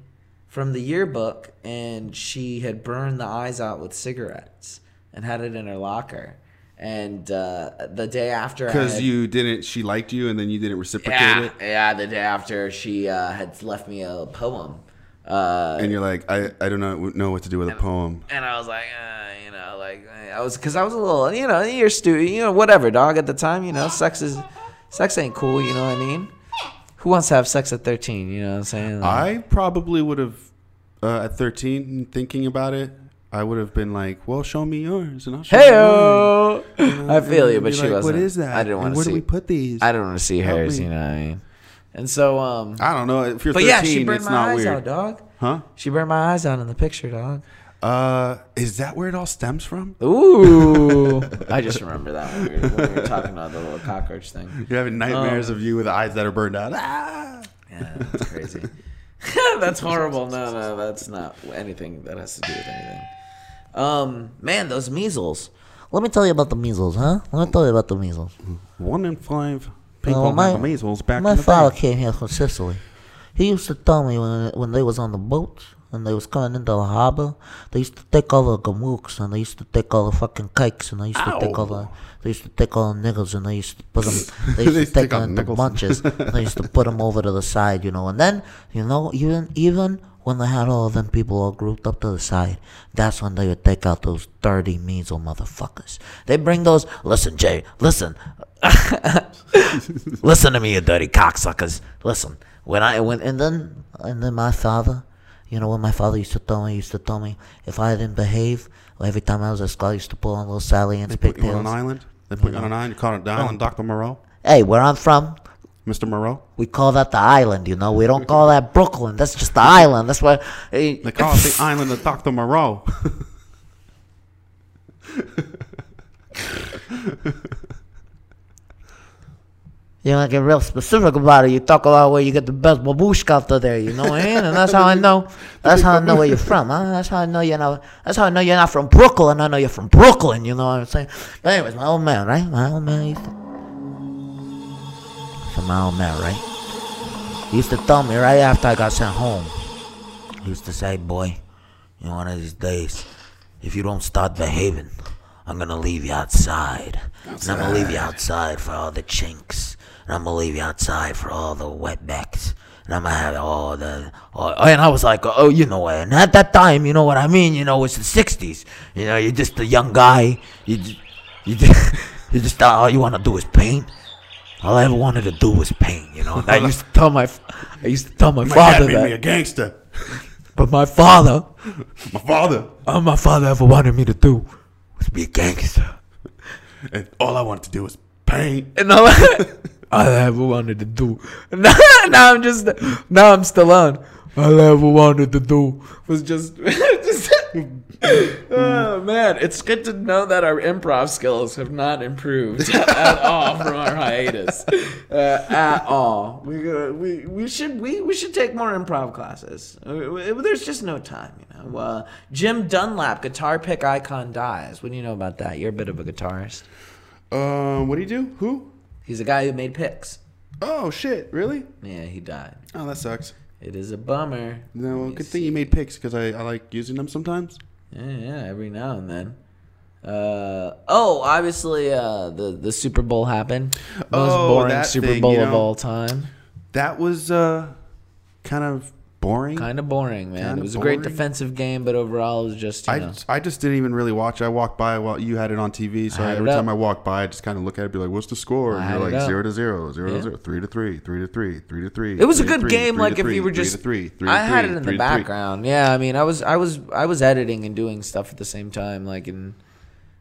A: from the yearbook, and she had burned the eyes out with cigarettes and had it in her locker. And uh, the day after, I
C: Because
A: had-
C: you didn't, she liked you, and then you didn't reciprocate
A: yeah,
C: it,
A: yeah, the day after she uh, had left me a poem. Uh,
C: and you're like, I, I don't know, know what to do with a poem.
A: and I was like, uh, you know, like I was, cause I was a little, you know, you're stupid, you know, whatever, dog. At the time, you know, sex is, sex ain't cool. You know what I mean? Who wants to have sex at 13? You know what I'm saying? Like,
C: I probably would have, uh, at 13, thinking about it, I would have been like, well, show me yours, and I'll show you mine.
A: Heyo! I feel
C: And
A: you,
C: be
A: but she
C: like,
A: wasn't.
C: What is that?
A: I didn't
C: And
A: want to
C: Where
A: see.
C: do we put these?
A: I don't want to see
C: Help
A: hers.
C: me.
A: You know what I mean? And so, um,
C: I don't know. If you're
A: but
C: 13,
A: yeah, she burned
C: it's
A: my
C: not
A: eyes
C: weird.
A: out, dog.
C: Huh?
A: She burned my eyes out in the picture, dog.
C: Uh, is that where it all stems from?
A: Ooh! I just remember that when we, were, when we were talking about the little cockroach thing.
C: You're having
A: Uh,
C: nightmares of you with eyes that are burned out. Ah!
A: Yeah, that's crazy. that's horrible. No, no, that's not anything that has to do with anything. Um, man, those measles.
F: Let me tell you about the measles, huh? Let me tell you about the measles.
C: One in five people
F: Well, my-
C: have measles back
F: My
C: in the
F: father
C: day.
F: came here from Sicily. He used to tell me when when they was on the boat and they was coming into the harbor, they used to take all the gamooks and they used to take all the fucking kikes and they used to take all the they used to take all the niggas and they used to put them
C: They
F: they used to
C: used to
F: take
C: take out
F: them into
C: nickels.
F: bunches and they used to put them over to the side, you know. And then you know even even when they had all of them people all grouped up to the side, that's when they would take out those dirty measles motherfuckers. They bring those. Listen, Jay. Listen. Listen to me, you dirty cocksuckers. Listen, when I went, and then, and then my father, you know what my father used to tell me? He used to tell me if I didn't behave, every time I was at school, I used to pull on little Sally Ann's
C: Put you on an
F: pigtails.
C: island. They put you on an island. You call
A: Oh.
C: it the island, Dr. Moreau.
F: Hey, where I'm from,
C: Mr. Moreau.
F: we call that the island, you know? We don't call that Brooklyn. That's just the island. That's eh, where. Hey,
C: They call it the island of Dr. Moreau.
F: you know, get real specific about it. You talk about where you get the best babushka out there, you know what I mean? And that's how I know. That's how I know where you're from. Huh? That's how I know you're not. That's how I know you're not from Brooklyn. I know you're from Brooklyn. You know what I'm saying? But anyways, my old man, right? My old man used to. So my old man, right? He used to tell me right after I got sent home. He used to say, "Boy, you know, one of these days, if you don't start behaving, I'm gonna leave you outside. And I'm gonna leave you outside for all the chinks. And I'm gonna leave you outside for all the wetbacks. And I'm gonna have all the. All, and I was like, oh, you know what? And at that time, you know what I mean? You know, it's the '60s. You know, you're just a young guy. You, ju- you, just, you just all you wanna do is paint. All I ever wanted to do was paint. You know, and I used to tell my, f- I used to tell my
C: Dad
F: father
C: made me a
F: that.
C: gangster.
F: But my father
C: My father.
F: all my father ever wanted me to do was be a gangster.
C: And all I wanted to do was paint.
A: And all I, all I ever wanted to do. Now, now I'm just. Now I'm still on. All I ever wanted to do was just. just oh, man. It's good to know that our improv skills have not improved at all from our hiatus. Uh, at all. We, gotta- we, we, should, we, we should take more improv classes. Uh, w- There's just no time, you know. Uh, Jim Dunlap, guitar pick icon, dies. What do you know about that? You're a bit of a guitarist.
C: Um, what do you do? Who?
A: He's a guy who made picks.
C: Oh, shit. Really?
A: Yeah, he died.
C: Oh, that sucks.
A: It is a bummer.
C: No,
A: Let me
C: good
A: see.
C: thing you made picks because I, I like using them sometimes.
A: Yeah, yeah, every now and then. Uh, oh, obviously, uh, the the Super Bowl happened. Most
C: Oh,
A: boring
C: that
A: Super
C: thing,
A: Bowl
C: you
A: of
C: know.
A: all time.
C: That was uh, kind of boring.
A: Kind of boring, man.
C: Kinda
A: it was a great
C: boring.
A: defensive game, but overall, it was just you
C: I,
A: know.
C: I just didn't even really watch. I walked by while you had it on TV, so
A: I had
C: every
A: it
C: time
A: up.
C: I walked by, I just kind of look at it, be like, "What's the
A: I
C: score?" And
A: had
C: you're
A: it
C: like
A: up.
C: zero to zero, zero
A: Yeah.
C: to zero, three to three, three to three, three to three.
A: It was a
C: three to
A: good
C: three,
A: game,
C: three
A: like
C: to
A: if
C: three,
A: you were
C: three to
A: just.
C: three, three to
A: I had
C: three,
A: it in the
C: three to three.
A: background. Yeah, I mean, I was, I was, I was editing and doing stuff at the same time. Like, and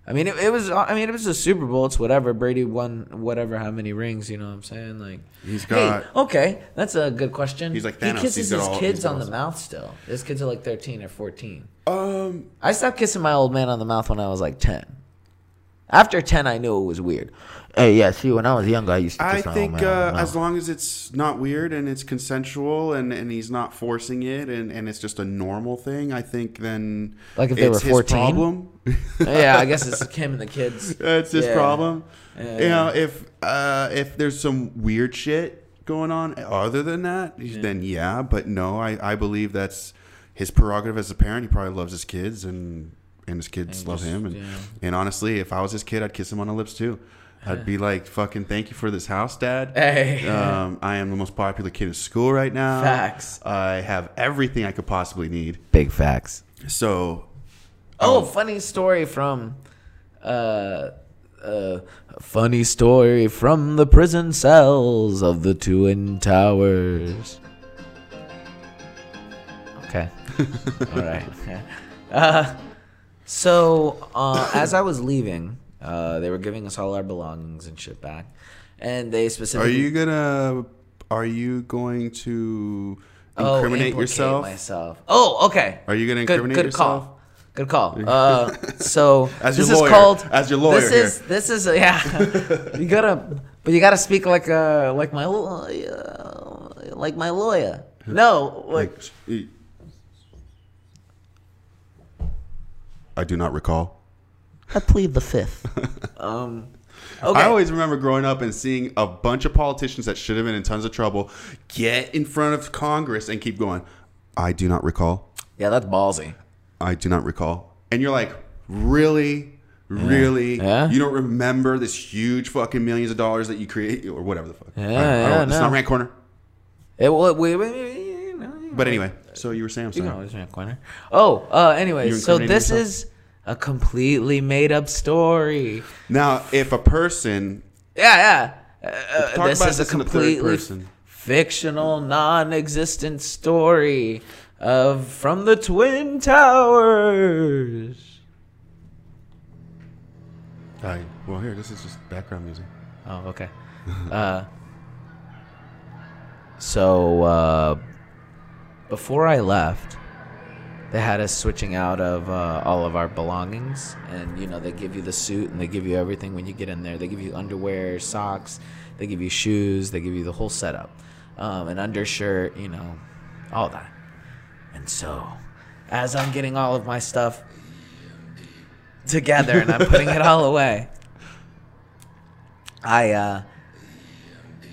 A: I mean, it, it was, I mean, it was a Super Bowl. It's whatever. Brady won, whatever, how many rings? You know what I'm saying? Like,
C: He's
A: hey,
C: got.
A: okay, that's a good question.
C: He's like
A: he
C: Thanos, he's
A: kisses
C: got
A: his
C: all- he's
A: kids
C: got
A: on
C: all-
A: the mouth still. His kids are like 13 or 14.
C: Um,
A: I stopped kissing my old man on the mouth when I was like 10. After 10, I knew it was weird.
F: Hey, yeah, see, when I was younger, I used to
C: I
F: kiss my old
C: think
F: man on the
C: uh,
F: mouth.
C: as long as it's not weird and it's consensual and, and he's not forcing it and, and it's just a normal thing, I think then
A: Like if they
C: it's
A: were 14?
C: his problem.
A: yeah, I guess it's him and the kids.
C: That's his
A: Yeah.
C: problem.
A: Yeah.
C: You know, if uh, if there's some weird shit going on other than that, then yeah. But no, I, I believe that's his prerogative as a parent. He probably loves his kids, and and his kids love him. And and honestly, if I was his kid, I'd kiss him on the lips too. I'd be like, "Fucking thank you for this house, Dad.
A: Hey.
C: Um, I am the most popular kid in school right now.
A: Facts.
C: I have everything I could possibly need.
A: Big facts.
C: So
A: Oh,
C: Um,
A: funny story from uh uh funny story from the prison cells of the Twin Towers. Okay. All right. Uh so uh as I was leaving, uh they were giving us all our belongings and shit back. And they
C: Are
A: specifically
C: you gonna? Are you going to
A: Oh,
C: incriminate
A: implicate
C: yourself?
A: Myself. Oh, okay.
C: Are you gonna incriminate
A: good, good
C: yourself?
A: Call. Good call. Uh, so
C: As your
A: this
C: lawyer-
A: is called
C: as your lawyer
A: This
C: here.
A: is this is uh, yeah. you gotta, but you gotta speak like uh like my lawyer, like my lawyer. No, like
C: Like, e- I do not recall.
D: I plead the fifth.
A: um. Okay.
C: I always remember growing up and seeing a bunch of politicians that should have been in tons of trouble get in front of Congress and keep going. I do not recall.
A: yeah, that's ballsy.
C: I do not recall. And you're like, really? Really?
A: Yeah.
C: You don't remember this huge fucking millions of dollars that you create or whatever the fuck. I- I
A: Yeah,
C: don't-
A: yeah,
C: it's
A: no.
C: not rant corner.
A: It, well, we, we, we-
C: But anyway, so you were saying I'm
A: You
C: sorry.
A: can always rant corner. Oh, uh, anyway,
C: You're
A: so
C: incriminating
A: this
C: yourself?
A: is a completely made up story.
C: Now, if a person
A: Yeah, yeah. Uh,
C: Talk
A: Uh, this
C: about
A: is
C: this
A: a
C: in the third
A: completely
C: person.
A: fictional, non-existent story of from the Twin Towers.
C: I well here, this is just background music.
A: Oh, okay. uh, so uh, before I left, they had us switching out of uh, all of our belongings, and you know they give you the suit and they give you everything when you get in there. They give you underwear, socks, they give you shoes, they give you the whole setup, um, an undershirt, you know, all that. And so, as I'm getting all of my stuff together and I'm putting it all away, I uh,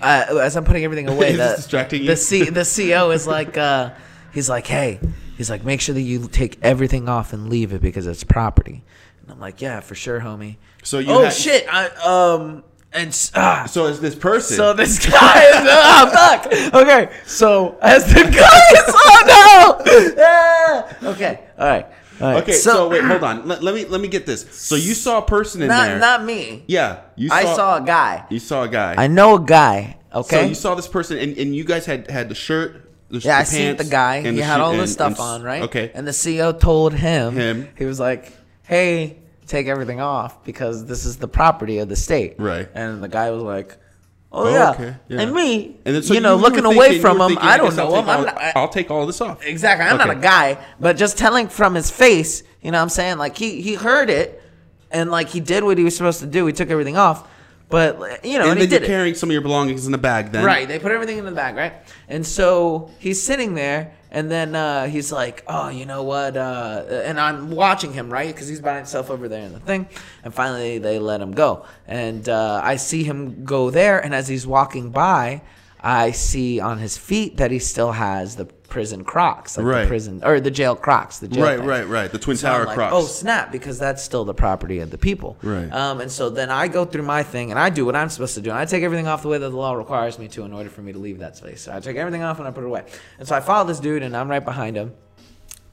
A: I as I'm putting everything away,
C: Is this
A: the
C: distracting you?
A: the C the CO is like, uh, he's like, hey, he's like, make sure that you take everything off and leave it because it's property. And I'm like, yeah, for sure, homie.
C: So you
A: oh
C: had-
A: shit, I um and s- ah,
C: So is this person
A: so this guy is ah fuck. Okay, so as the guy is oh no. Ah, okay, all right, all right.
C: Okay, so, wait, hold on. Let, let me let me get this. So you saw a person in
A: not
C: there.
A: not me.
C: yeah, you saw,
A: I saw a guy.
C: you saw a guy.
A: I know a guy. Okay.
C: So you saw this person, and, and you guys had had the shirt. The,
A: Yeah, I
C: the
A: seen the
C: pants,
A: guy.
C: and
A: He
C: the
A: had
C: shoe-
A: all
C: and-
A: this stuff
C: and s-
A: on, right?
C: Okay.
A: And the CEO told him,
C: Him.
A: He was like, "Hey, take everything off because this is the property of the state."
C: Right.
A: And the guy was like, "Oh,
C: Oh,
A: yeah.
C: okay, yeah.
A: And me,
C: and then so
A: you know,
C: were
A: looking
C: thinking-
A: away
C: you
A: from
C: were
A: him.
C: thinking,
A: I
C: guess
A: don't
C: I'll
A: know
C: take
A: him. I'm
C: all-
A: not,
C: I'll take all this off.
A: Exactly. I'm not
C: Okay.
A: a guy, but just telling from his face, you know what I'm saying? Like he he heard it and like he did what he was supposed to do. He took everything off. But you know, and,
C: And
A: he
C: then you're
A: did it.
C: carrying some of your belongings in the bag. Then
A: Right. They put everything in the bag, right? And so he's sitting there, and then uh, he's like, "Oh, you know what?" Uh, and I'm watching him, right? Because he's by himself over there in the thing. And finally, they let him go, and uh, I see him go there. And as he's walking by, I see on his feet that he still has the prison Crocs, like
C: Right.
A: the prison or the jail Crocs, the jail
C: right,
A: thing.
C: right, right. The twin
A: So I'm
C: tower
A: like,
C: cross.
A: Oh snap! Because that's still the property of the people.
C: Right.
A: Um, and so then I go through my thing and I do what I'm supposed to do. And I take everything off the way that the law requires me to in order for me to leave that space. So I take everything off and I put it away. And so I follow this dude and I'm right behind him.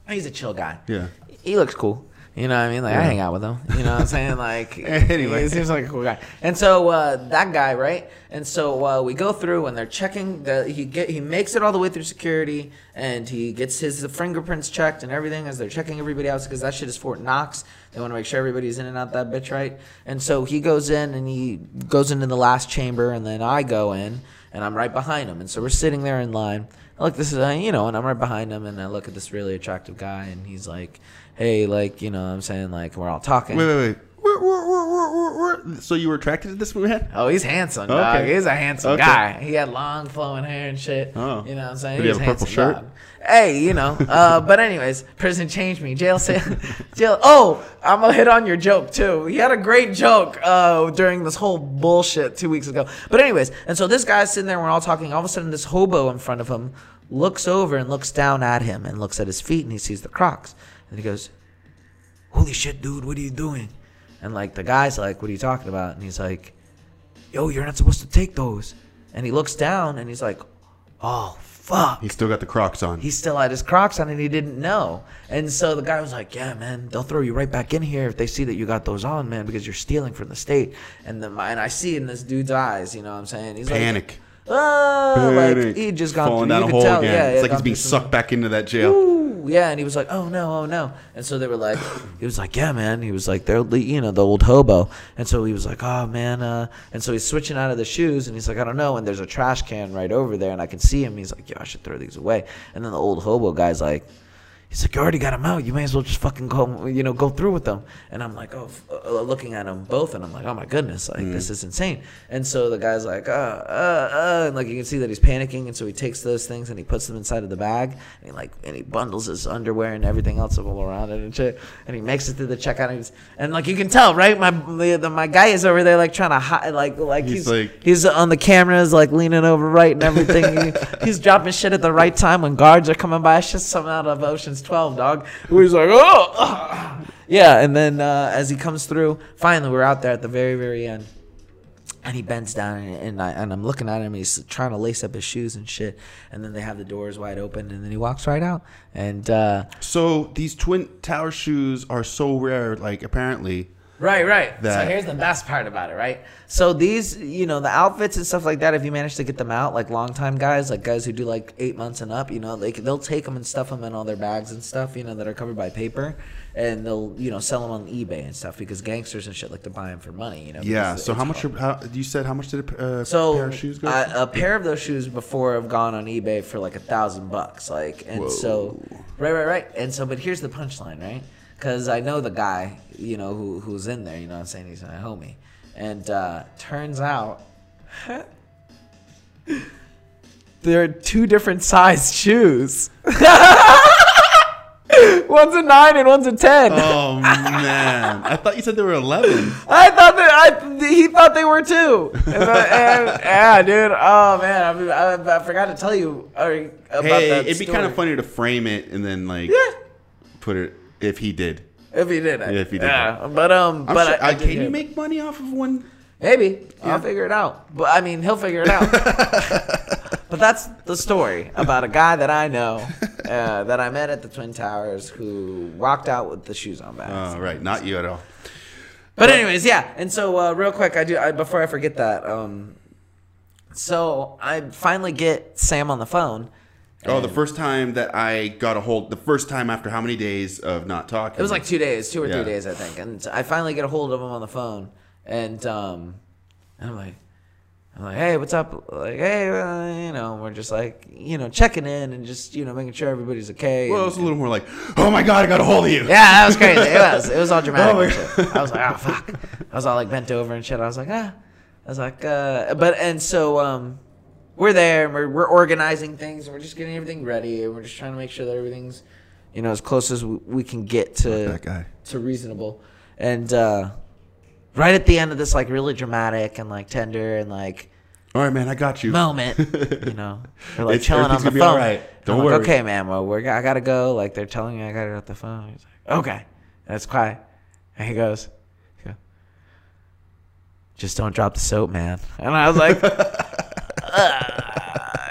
A: He's a chill guy.
C: Yeah.
A: He looks cool. You know what I mean? Like I hang out with him. You know what I'm saying? Like
C: Anyway.
A: he seems like a cool guy. And so uh, that guy, right? And so uh, we go through and they're checking the he get he makes it all the way through security and he gets his fingerprints checked and everything as they're checking everybody else because that shit is Fort Knox. They want to make sure everybody's in and out that bitch, right? And so he goes in and he goes into the last chamber and then I go in and I'm right behind him. And so we're sitting there in line. I look, this is, uh, you know, and I'm right behind him, and I look at this really attractive guy, and he's like, hey, like, you know what I'm saying? Like, we're all talking.
C: Wait, wait, wait. Where- where- where- where- where- where- So you were attracted to this man?
A: Oh, he's handsome, dog.
C: Okay.
A: He's a handsome
C: Okay.
A: guy. He had long flowing hair and shit.
C: Oh.
A: You know what I'm saying?
C: Did he
A: He's
C: have a purple
A: handsome,
C: shirt?
A: dog. Hey, you know. Uh, but anyways, prison changed me. Jail said, jail. Oh, I'm gonna hit on your joke too. He had a great joke uh, during this whole bullshit two weeks ago. But anyways, and so this guy's sitting there. We're all talking. All of a sudden, this hobo in front of him looks over and looks down at him and looks at his feet and he sees the Crocs. And he goes, Holy shit, dude, what are you doing? And like the guy's like, What are you talking about? And he's like, Yo, you're not supposed to take those. And he looks down and he's like, Oh, fuck.
C: He's still got the Crocs on.
A: He still had his Crocs on and he didn't know. And so the guy was like, Yeah, man, they'll throw you right back in here if they see that you got those on, man, because you're stealing from the state. And the and I see it in this dude's eyes, you know what I'm saying? He's
C: Panic.
A: Like, Oh, like
C: Panic.
A: he just gone
C: falling
A: through.
C: down
A: you could
C: a hole
A: tell,
C: again.
A: yeah, yeah,
C: it's like
A: gone
C: he's being
A: through some-
C: sucked back into that jail.
A: Ooh, yeah, and he was like, "Oh no, oh no," and so they were like, he was like, "Yeah, man," he was like, "They're the- you know the old hobo," and so he was like, "Oh man," uh, and so he's switching out of the shoes, and he's like, "I don't know," and there's a trash can right over there, and I can see him. He's like, "Yo, I should throw these away," and then the old hobo guy's like. He's like, you already got them out. You may as well just fucking go, you know, go through with them. And I'm like, oh, f- uh, looking at them both, and I'm like, oh my goodness, like this is insane. And so the guy's like, uh, uh, uh, and like you can see that he's panicking, and so he takes those things and he puts them inside of the bag, and he like, and he bundles his underwear and everything else all around it and shit, and he makes it through the checkout, and, he's, and like you can tell, right, my the, the, my guy is over there like trying to hide, like like
C: He's
A: he's
C: like-
A: like he's on the cameras like leaning over right and everything. He- he's dropping shit at the right time when guards are coming by. It's just something out of Ocean's Twelve, dog. He's like, oh, ah." yeah. And then uh, as he comes through, finally we're out there at the very very end and he bends down and, and I and I'm looking at him. And he's trying to lace up his shoes and shit. And then they have the doors wide open, and then he walks right out. And uh,
C: So these twin tower shoes are so rare. Like apparently,
A: Right, right.
C: that-
A: So here's the best part about it, right? So these, you know, the outfits and stuff like that. If you manage to get them out, like longtime guys, like guys who do like eight months and up, you know, they they'll take them and stuff them in all their bags and stuff, you know, that are covered by paper, and they'll you know sell them on eBay and stuff because gangsters and shit like to buy them for money, you know.
C: yeah.
A: because
C: So
A: it's
C: how much? Are, how, you said how much did a uh,
A: so
C: pair of shoes go?
A: I- a pair of those shoes before have gone on eBay for like a thousand bucks. Like, and so, right, right, right. And so, but here's the punchline, right? Because I know the guy, you know, who who's in there. You know, what I'm saying he's my homie. And uh, turns out, there are two different size shoes. one's a nine and one's a ten.
C: oh man, I thought you said they were eleven.
A: I thought that I he thought they were too. And, and- yeah, dude. Oh man, I, I, I forgot to tell you uh, about
C: Hey,
A: that.
C: it'd be
A: story.
C: kind of funny to frame it and then like put it if he did.
A: if he did.
C: If he did.
A: Yeah, but um,
C: I'm
A: but
C: sure-
A: I, I
C: uh,
A: did
C: can
A: hear
C: you
A: it.
C: make money off of one?
A: Maybe I'll figure it out. But I mean, he'll figure it out. but that's the story about a guy that I know uh, that I met at the Twin Towers who walked out with the shoes on backwards.
C: Oh, right, not you at all.
A: But anyways, yeah. And so uh, real quick, I do I, before I forget that. Um, so I finally get Sam on the phone.
C: Oh, the first time that I got a hold, the first time after how many days of not talking?
A: It was like two days, two or
C: Yeah.
A: three days, I think. And I finally get a hold of him on the phone, and um, and I'm like, I'm like, hey, what's up? Like, hey, uh, you know, we're just like, you know, checking in and just you know making sure everybody's okay.
C: Well, it
A: and-
C: was a little more like, oh my god, I got a hold of you.
A: Yeah, that was crazy. It was. It was all dramatic.
C: Oh my
A: and shit. I was like, oh fuck. I was all like bent over and shit. I was like, ah. I was like, uh, but and so um, we're there and we're we're organizing things and we're just getting everything ready and we're just trying to make sure that everything's, you know, as close as we, we can get to
C: that guy.
A: to reasonable, and uh, right at the end of this like really dramatic and like tender and like
C: All right, man, I got you.
A: moment. You know, we're like
C: It's-
A: chilling on
C: everything's
A: the
C: gonna be all
A: phone.
C: right.
A: I'm
C: Don't
A: like,
C: worry.
A: okay, man. Well, we're, I gotta go. Like they're telling me I gotta go at the phone. He's like, okay. And it's quiet. And he goes, he goes, just don't drop the soap, man. And I was like. "Ah."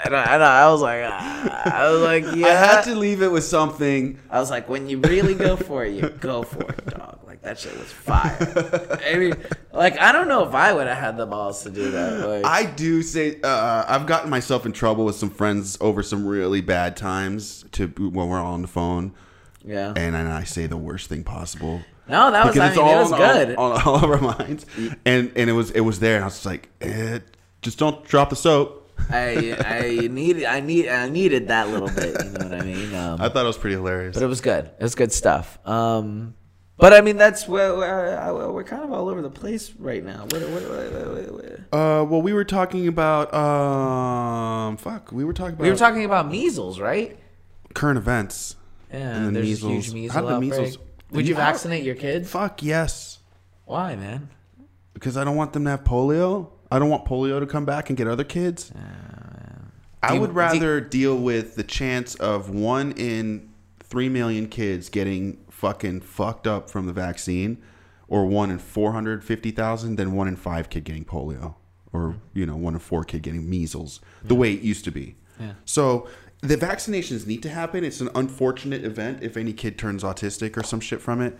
A: And I, and I was like, "Ah." I was like, yeah.
C: I had to leave it with something.
A: I was like, when you really go for it, you go for it, dog. Like that shit was fire. I mean, like I don't know if I would have had the balls to do that. Like,
C: I do say uh, I've gotten myself in trouble with some friends over some really bad times to when we're all on the phone,
A: yeah.
C: and then I say the worst thing possible.
A: No, that was. I mean, it was
C: on, all-
A: good. Mm.
C: on all of our minds, and and it was it was there, and I was just like, eh, just don't drop the soap.
A: I I needed I need I needed that little bit. You know what I mean? Um,
C: I thought it was pretty hilarious.
A: but it was good. It was good stuff. Um, but I mean, that's where, where, I- I- we're kind of all over the place right now. What, what, what, what, what- what-
C: Uh, well, we were talking about um, fuck, we were talking about
A: We were talking about measles, right?
C: current events.
A: Yeah,
C: And the
A: there's a
C: measles.
A: huge measles
C: How did the
A: outbreak.
C: measles-
A: Would you vaccinate your kids?
C: Fuck yes,
A: Why, man?
C: because I don't want them to have polio. I don't want polio to come back and get other kids. I
A: you-
C: would
A: do-
C: rather deal with the chance of one in three million kids getting fucking fucked up from the vaccine, or one in four hundred fifty thousand, than one in five kid getting polio,
A: Mm-hmm.
C: or you know one in four kid getting measles. The way it used to be. So the vaccinations need to happen. It's an unfortunate event if any kid turns autistic or some shit from it,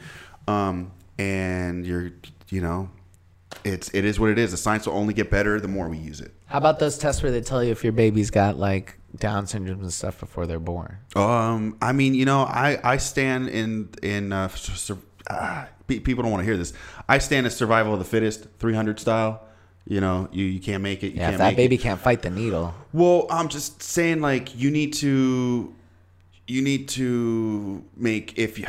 C: um, and you're you know. It's it is what it is. The science will only get better the more we use it.
A: How about those tests where they tell you if your baby's got like Down syndrome and stuff before they're born?
C: Um, I mean, you know, I I stand in in uh, sur- sur- ah, pe- people don't want to hear this. I stand in survival of the fittest, three hundred style. You know, you, you can't make it. You
A: Yeah,
C: can't
A: if
C: make
A: that baby
C: it.
A: can't fight the needle.
C: Well, I'm just saying, like, you need to, you need to make if you.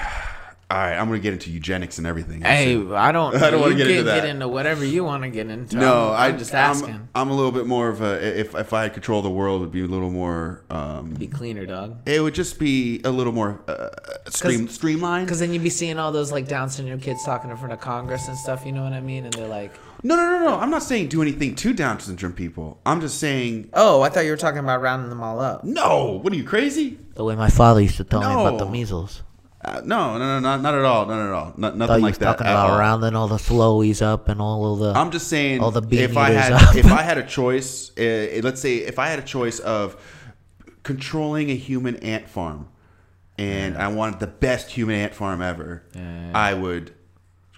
C: All right, I'm gonna get into eugenics and everything.
A: Hey, I don't.
C: I don't wanna
A: you
C: get into
A: can
C: that.
A: Get into whatever you want to get into.
C: No,
A: I'm,
C: I
A: I'm
C: just
A: just
C: I'm,
A: asking.
C: I'm a little bit more of a if if I had control of the world, it would be a little more. Um,
A: Be cleaner, dog.
C: it would just be a little more uh, stream, streamlined.
A: Because then you'd be seeing all those like Down syndrome kids talking in front of Congress and stuff. You know what I mean? And they're like,
C: No, no, no, no. I'm not saying do anything to Down syndrome people. I'm just saying,
A: "Oh, I thought you were talking about rounding them all up."
C: no. What are you crazy?
F: The way my father used to tell me about the
C: No.
F: measles.
C: Uh, no, no, no, not, not at all. Not at all. Not,
F: Thought
C: nothing
F: you
C: like
F: was
C: that.
F: talking
C: at
F: about
C: all.
F: rounding all the slowies up and all of the.
C: I'm just saying,
F: all the bean
C: if I
F: eaters
C: had,
F: up.
C: if I had a choice, uh, let's say if I had a choice of controlling a human ant farm, and I wanted the best human ant farm ever, I would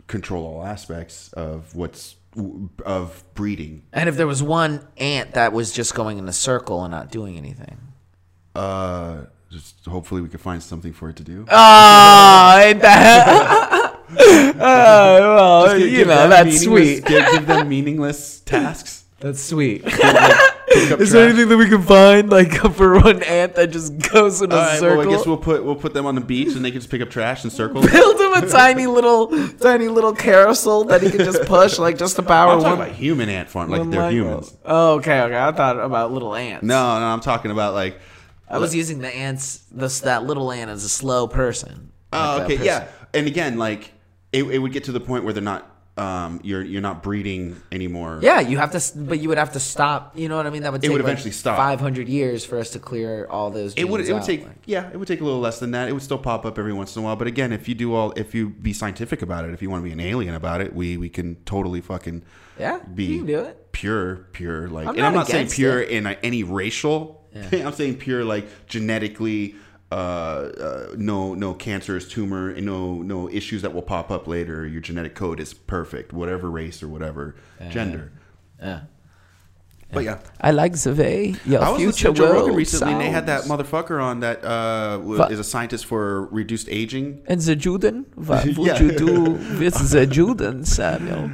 C: control all aspects of what's of breeding.
A: And if there was one ant that was just going in a circle and not doing anything.
C: Uh, just hopefully we could find something for it to do.
A: Oh, ain't that? oh, well,
C: Just give-
A: you
C: give
A: know
C: them
A: that's
C: meaningless-
A: sweet.
C: Give, give them meaningless tasks.
A: That's sweet.
C: Pick up
A: Is there
C: trash.
A: anything that we can find like for one ant that just goes in a
C: All right,
A: circle?
C: well, I guess we'll put we'll put them on the beach and they can just pick up trash in circles.
A: build him a tiny little tiny little carousel that he can just push like just to power
C: I'm talking
A: one.
C: about human ant farm, like
A: one
C: they're
A: light
C: humans.
A: bulb. Oh, okay, okay. I thought about little ants.
C: No, no, I'm talking about like.
A: I was using the ants. This that little ant is a slow person.
C: Oh,
A: Like that
C: okay,
A: person.
C: yeah. And again, like it, it would get to the point where they're not, um, you're you're not breeding anymore.
A: Yeah, you have to, s- but you would have to stop. You know what I mean? That would take
C: would
A: like,
C: eventually stop.
A: 500 years for us to clear all those.
C: It would
A: genes
C: it would
A: out,
C: take
A: like-
C: yeah it would take a little less than that. It would still pop up every once in a while. But again, if you do all if you be scientific about it, if you want to be an alien about it, we we can totally fucking
A: Yeah,
C: be
A: you can do it.
C: pure pure like
A: I'm
C: and I'm
A: not
C: not saying
A: against
C: pure in uh, any racial. I'm saying pure like genetically uh, uh no no cancerous tumor and no no issues that will pop up later your genetic code is perfect whatever race or whatever gender but yeah
A: I like Zave. Yo,
C: I was
A: future
C: listening to Joe Rogan
A: world
C: recently, and they had that
A: sounds.
C: motherfucker on that uh, wa-
A: Fuck.
C: is a scientist for reduced aging.
A: And the Juden, what would
C: Yeah.
A: you do with the Juden, Samuel?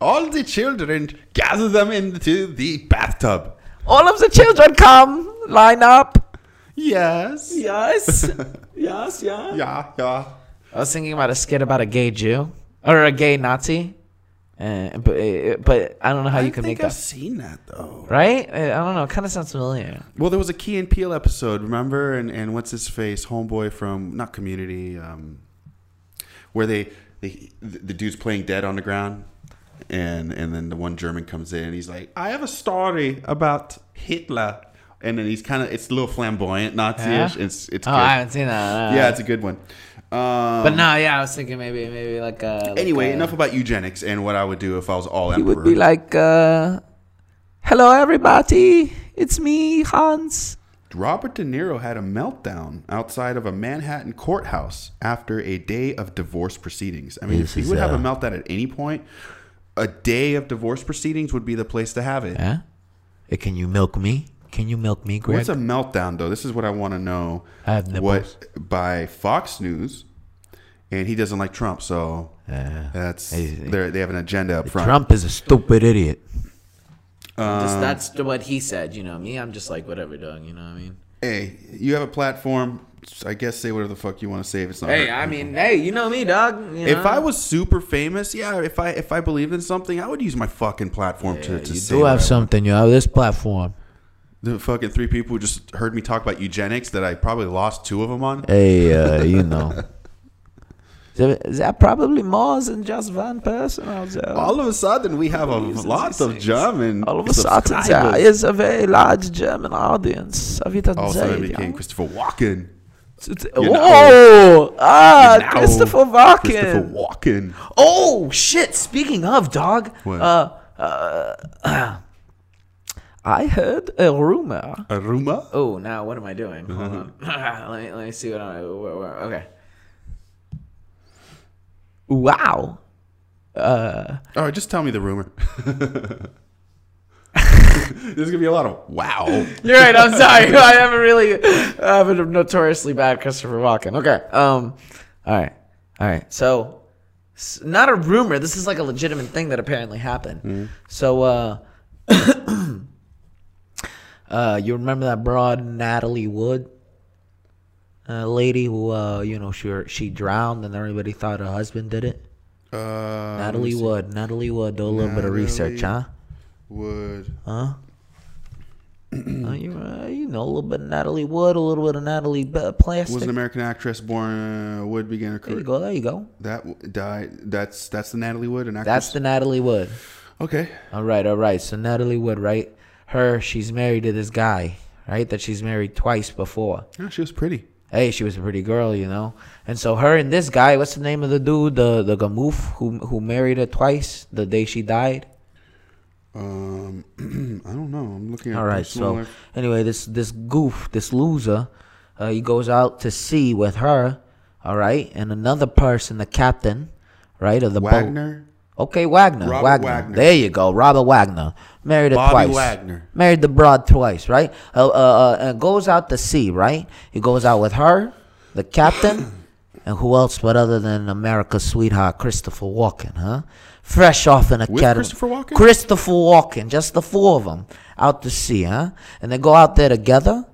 C: All the children gather them into the bathtub.
A: All of the children come, line up.
C: Yes.
A: Yes, yes, yes.
C: Yeah. Yeah.
A: I was thinking about a skit about a gay Jew or a gay Nazi, uh, but uh, but I don't know how you
C: I
A: can
C: think
A: make
C: I've
A: that
C: seen that though.
A: right. Uh, I don't know. It kind of sounds familiar.
C: Well, there was a Key and Peele episode, remember? And and what's his face, homeboy from not Community, um, where they, they the, the dude's playing dead on the ground, and and then the one German comes in and he's like, I have a story about Hitler, and then he's kind of it's a little flamboyant Nazi-ish.
A: Yeah?
C: It's it's
A: Oh,
C: good.
A: I haven't seen that.
C: yeah, it's a good one. Um,
A: but no, yeah, I was thinking maybe maybe like uh like,
C: Anyway,
A: uh,
C: enough about eugenics and what I would do if I was all
A: He
C: emperor.
A: would be like, uh, "Hello, everybody. It's me, Hans."
C: Robert De Niro had a meltdown outside of a Manhattan courthouse after a day of divorce proceedings. I mean,
F: This
C: if
F: is,
C: he would have
F: uh,
C: a meltdown at any point, a day of divorce proceedings would be the place to have it.
F: Huh? Hey, can you milk me? Can you milk me, Greg?
C: What's a meltdown, though? This is what I want to know.
F: I have nipples.
C: What by Fox News, and he doesn't like Trump, so
F: Yeah.
C: that's
F: Hey,
C: they're- they have an agenda up front.
F: Trump is a stupid idiot.
C: Uh,
A: Just, that's the- what he said. You know me. I'm just like whatever, dog. You know what I mean?
C: Hey, you have a platform. I guess say whatever the fuck you want to say if it's not.
A: Hey,
C: hurt-
A: I mean, hey, you know me, dog. You
C: If
A: know?
C: I was super famous, yeah. If I if I believed in something, I would use my fucking platform to to
F: You
C: say
F: do have
C: whatever.
F: something. You have this platform.
C: the fucking three people who just heard me talk about eugenics that I probably lost two of them on.
F: Hey, uh, you know.
A: There- there are probably more than just one person out there.
C: All of a sudden, we have a lot of German.
A: All of a sudden, there
C: subscribers. Oh,
A: is a very large German audience. Have you done
C: All of a
A: that?
C: sudden, I became Christopher Walken. You know.
A: Oh, ah,
C: You know,
A: Christopher Walken.
C: Christopher Walken.
A: Oh shit! Speaking of dog,
C: What?
A: Uh, uh, I heard a rumor.
C: A rumor?
A: Oh, now what am I doing? Hold on. let me let me see what I. Where, where, okay. Wow.
C: All right, just tell me the rumor. There's gonna be a lot of wow.
A: You're right. I'm sorry. I have a really, I have a notoriously bad Christopher Walken. Okay. Um. All right. All right. So, s- not a rumor. This is like a legitimate thing that apparently happened. So, uh, uh, you remember that broad Natalie Wood? Uh, lady who, uh, you know, she she drowned and everybody thought her husband did it.
C: Uh,
A: Natalie Wood. Natalie Wood. Do a little bit of research, huh?
C: Natalie- would
A: Uh, you, uh, you know, a little bit of Natalie Wood, a little bit of Natalie B- Plastic.
C: was an American actress born uh, Wood began her
A: There you go.
C: career.
A: There you go.
C: That w- died. That's that's the Natalie Wood, an actress.
A: That's the Natalie Wood.
C: okay.
A: All right, all right. So Natalie Wood, right? Her, she's married to this guy, right? That she's married twice before.
C: Yeah, she was pretty.
A: Hey, she was a pretty girl, you know. And so her and this guy, what's the name of the dude, the the gamoof who who married her twice the day she died?
C: Um, I don't know. I'm looking at
A: All right.
C: personal
A: So
C: life.
A: anyway, this this goof, this loser, uh, he goes out to sea with her. All right, and another person, the captain, right of the boat.
C: Wagner.
A: Okay, Wagner.
C: Robert
A: Wagner.
C: Wagner.
A: There you go. Robert Wagner. Married her
C: Bobby
A: twice.
C: Wagner.
A: Married the broad twice, right? Uh, uh, uh, and goes out to sea, right? He goes out with her, the captain, and who else but other than America's sweetheart, Christopher Walken, huh? Fresh off an
C: With
A: academy.
C: Christopher Walken?
A: Christopher Walken, just the four of them out to sea, huh? And they go out there together,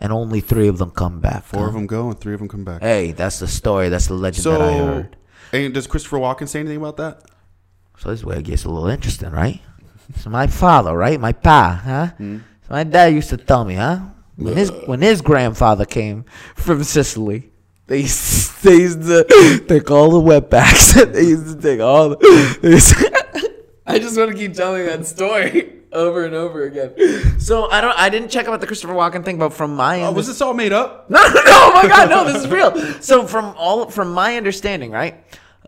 A: and only three of them come back.
C: Four
A: huh?
C: of them go and three of them come back.
A: Hey, that's the story. That's the legend that I
C: so,
A: heard.
C: and does Christopher Walken say anything about that?
A: So this is where it gets a little interesting, right? So my father, right, my pa, huh? So my dad used to tell me, huh? When his when his grandfather came from Sicily, they used, they used to take all the wetbacks. they used to take all. The, they used to- I just want to keep telling that story over and over again. So I don't. I didn't check about the Christopher Walken thing, but from my
C: Oh,
A: end,
C: was this all made up?
A: no, no, no! Oh my God, no! This is real. So from all from my understanding, right?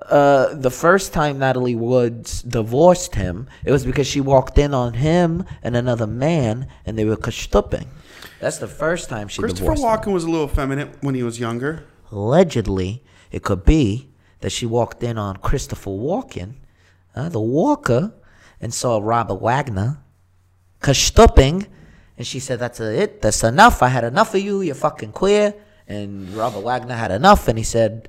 A: Uh, the first time Natalie Woods divorced him, it was because she walked in on him and another man, and they were kashtupping. That's the first time she
C: Christopher
A: divorced. him.
C: Walken was a little effeminate when he was younger.
A: Allegedly, it could be that she walked in on Christopher Walken, uh, the Walker, and saw Robert Wagner kashtupping, and she said, "That's it. That's enough. I had enough of you. You're fucking queer." And Robert Wagner had enough, and he said,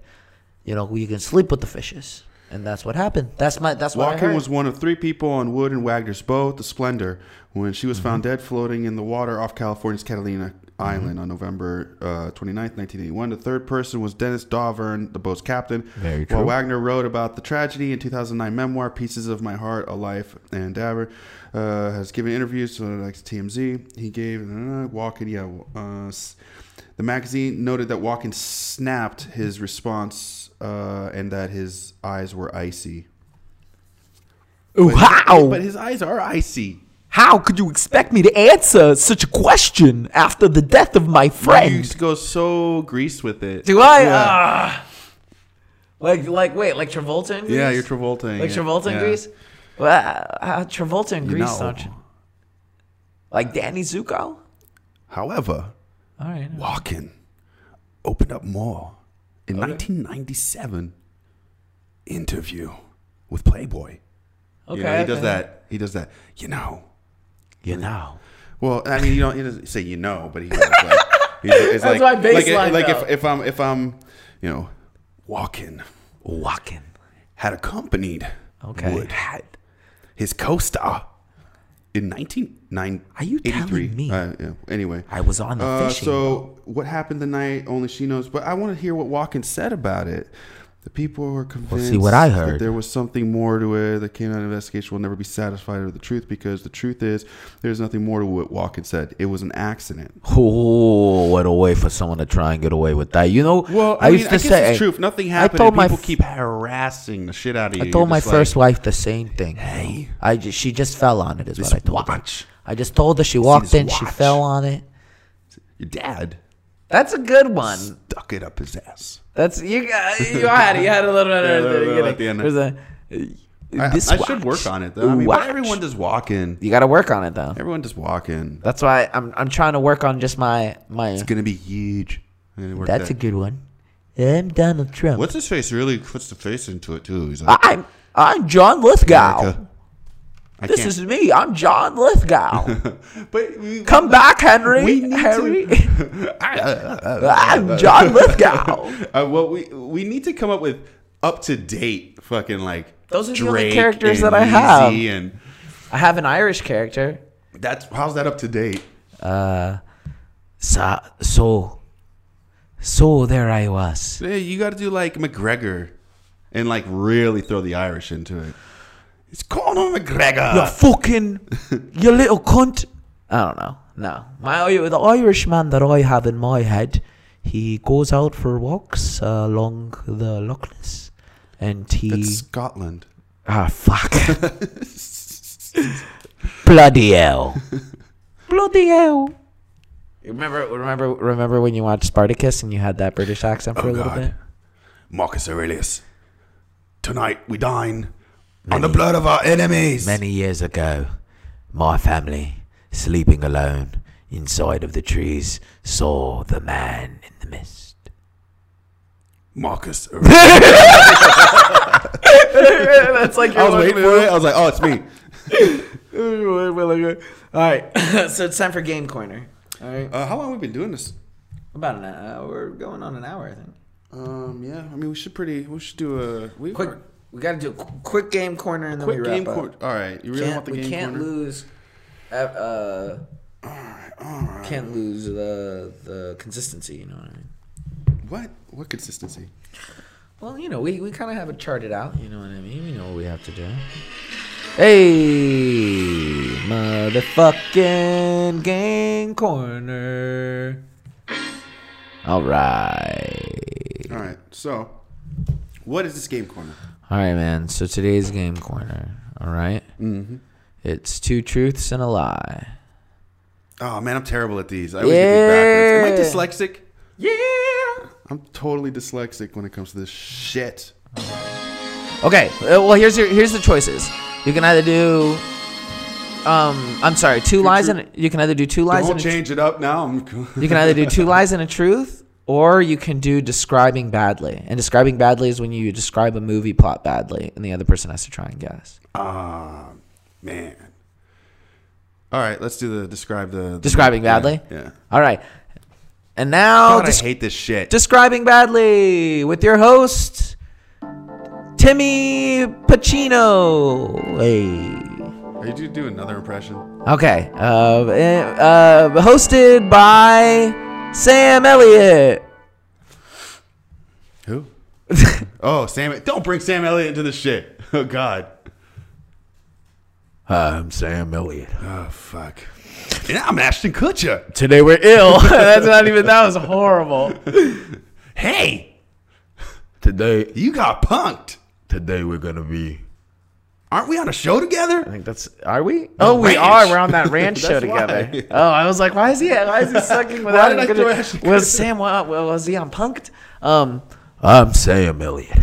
A: "You know, you can sleep with the fishes." And that's what happened. That's my. That's what I
C: Walken
A: heard.
C: was one of three people on Wood and Wagner's boat, the Splendor, when she was
A: Mm-hmm.
C: found dead floating in the water off California's Catalina Island on November uh, 29th, 1981. The third person was Dennis Dovern, the boat's captain. Very true. While Wagner wrote about the tragedy in 2009 memoir, Pieces of My Heart, A Life, and Dabber, uh, has given interviews to the next TMZ. He gave uh, Walken, yeah. Uh, s- the magazine noted that Walken snapped his response uh, and that his eyes were icy.
A: Wow!
C: But his eyes are icy.
A: How could you expect me to answer such a question after the death of my
C: You
A: friend?
C: used to go so greased with it.
A: Do I?
C: Yeah,
A: Ah. like, like, wait, like Travolta in Greece?
C: yeah you're Travolta.
A: Like
C: yeah.
A: Travolta in
C: yeah.
A: Greece? Well, uh, uh, Travolta in Greece,
C: know.
A: don't you? Like Danny Zuko?
C: However,
A: All right.
C: Walken opened up more in 1997 interview with Playboy.
A: Okay.
C: You know, he does
A: okay.
C: that. He does that. You know.
A: You know.
C: Well, I mean, you don't. He doesn't say you know, but he. Goes like, he's, it's
A: That's
C: like,
A: my baseline,
C: Like, like
A: though.
C: if, if I'm if I'm, you know, Walken
A: Walking.
C: had accompanied
A: Okay.
C: Wood his co-star in 1993.
A: Are you telling me?
C: Uh, yeah. Anyway,
A: I was on the
C: uh,
A: fishing
C: So what happened the night? Only she knows. But I want to hear what Walken said about it. The people were convinced
F: see, what I
C: that
F: heard-
C: there was something more to it. The K9 investigation will never be satisfied with the truth because the truth is there's nothing more to what Walken said. It was an accident.
F: Oh, what a way for someone to try and get away with that. You know,
C: Well, I, mean,
F: used to
C: I guess
F: say,
C: it's true. If nothing
F: I
C: happened,
F: told
C: and
F: my
C: people
F: f-
C: keep harassing the shit out of you.
F: I told
C: you're
F: my
C: just like,
F: first wife the same thing. Hey, I just, she just fell on it. Is what I told
C: watch.
F: her. I just told her she walked
C: this
F: in, she
C: watch?
F: fell on it.
C: Your dad
A: That's a good one.
C: stuck it up his ass.
A: That's you. got- You had it. You had a little bit
C: a little bit
A: of
C: at the end.
A: There's a.
C: I,
F: This
C: I should work
F: watch.
C: on it though. I mean, but
A: Watch.
C: everyone does walk in.
A: You got to work on it though.
C: Everyone does walk in.
A: That's why I'm I'm trying to work on just my my.
C: It's gonna be huge. I'm gonna work
F: That's a
C: that.
F: good one. I'm Donald Trump.
C: What's his face really puts the face into it too. He's like,
F: I'm I'm John
A: Ah,
F: Lithgow.
C: America. I
F: This
C: can't.
F: is me. I'm John Lithgow.
C: But we,
F: Come back, Henry.
C: We need
F: Henry.
C: to.
F: I'm John Lithgow.
C: Uh, well, we we need to come up with up to date fucking like
A: Those are the only
C: Drake
A: characters
C: and
A: that I have.
C: Yeezy and
A: I have an Irish character.
C: that's how's that up to date?
F: so, so, so there I was.
C: Yeah, you got to do like McGregor, and like really throw the Irish into it. It's Conor McGregor.
F: You fucking, you little cunt.
A: I don't know. No,
F: My, the Irishman that I have in my head, he goes out for walks uh, along the Loch Ness, and he
C: That's Scotland.
F: ah fuck, bloody hell, bloody hell.
A: remember remember remember when you watched Spartacus and you had that British accent for a
C: Oh,
A: little
C: God.
A: bit.
C: Marcus Aurelius. Tonight we dine on the blood of our enemies.
F: Many years ago, my family, sleeping alone inside of the trees, saw the man in the mist.
C: Marcus Aurelius.
A: That's like
C: I was waiting for it. I was like, oh, it's me.
A: All right, so it's time for game corner. All right,
C: Uh, how long have we been doing this?
A: about an hour. We're going on an hour, I think.
C: Um, yeah. I mean, we should pretty. We should do a we
A: Quick, we got to do a qu- quick game corner and then
C: quick
A: we wrap
C: game
A: up.
C: corner. All right, you really
A: Can't-
C: want the
A: we
C: game
A: can't
C: corner?
A: lose. Uh, uh, Can't lose the the consistency. You know what I mean?
C: What? What consistency?
A: Well, you know, we, we kind of have it charted out. You know what I mean? We know what we have to do. Hey, motherfucking game corner. All right.
C: All right. So, what is this game corner?
A: All right, man. So today's game corner. All Mm-hmm. It's two truths and a lie.
C: Oh man, I'm terrible at these. I always get these backwards. Am I dyslexic?
A: Yeah.
C: I'm totally dyslexic when it comes to this shit.
A: Okay. uh, Well, here's your here's the choices. You can either do. Um, I'm sorry. Two, lies
C: truth-
A: and you can either do two lies
C: Don't
A: and a tr-
C: change it up now. I'm
A: You can either do two lies and a truth, or you can do describing badly. And describing badly is when you describe a movie plot badly, and the other person has to try and guess.
C: Ah, man. All right, let's do the describe the, the-
A: Describing
C: yeah,
A: badly? Oh,
C: Yeah.
A: All right. And now,
C: God,
A: des-
C: I hate this shit.
A: describing badly with your host, Timmy Pacino. Hey.
C: Are you do do another impression?
A: Okay. Uh, uh, hosted by Sam Elliott.
C: Who? oh, Sam! Don't bring Sam Elliott into this shit. Oh God.
F: Hi, I'm Sam Elliott.
C: Oh fuck. And I'm Ashton Kutcher.
A: Today we're ill. That's not even. That was horrible.
C: Hey,
F: Today,
C: you got punked.
F: today we're gonna be
C: Aren't we on a show
A: I
C: together?
A: think that's. Are we? Oh, we
C: ranch.
A: are. We're on that ranch show
C: That's why.
A: together. Oh, I was like, why is he? Why is he sucking
C: Why
A: without?
C: did I
A: him?
C: throw Ashley
A: was Sam? wa- wa- Was he on Punked? Um,
F: I'm Sam Elliott.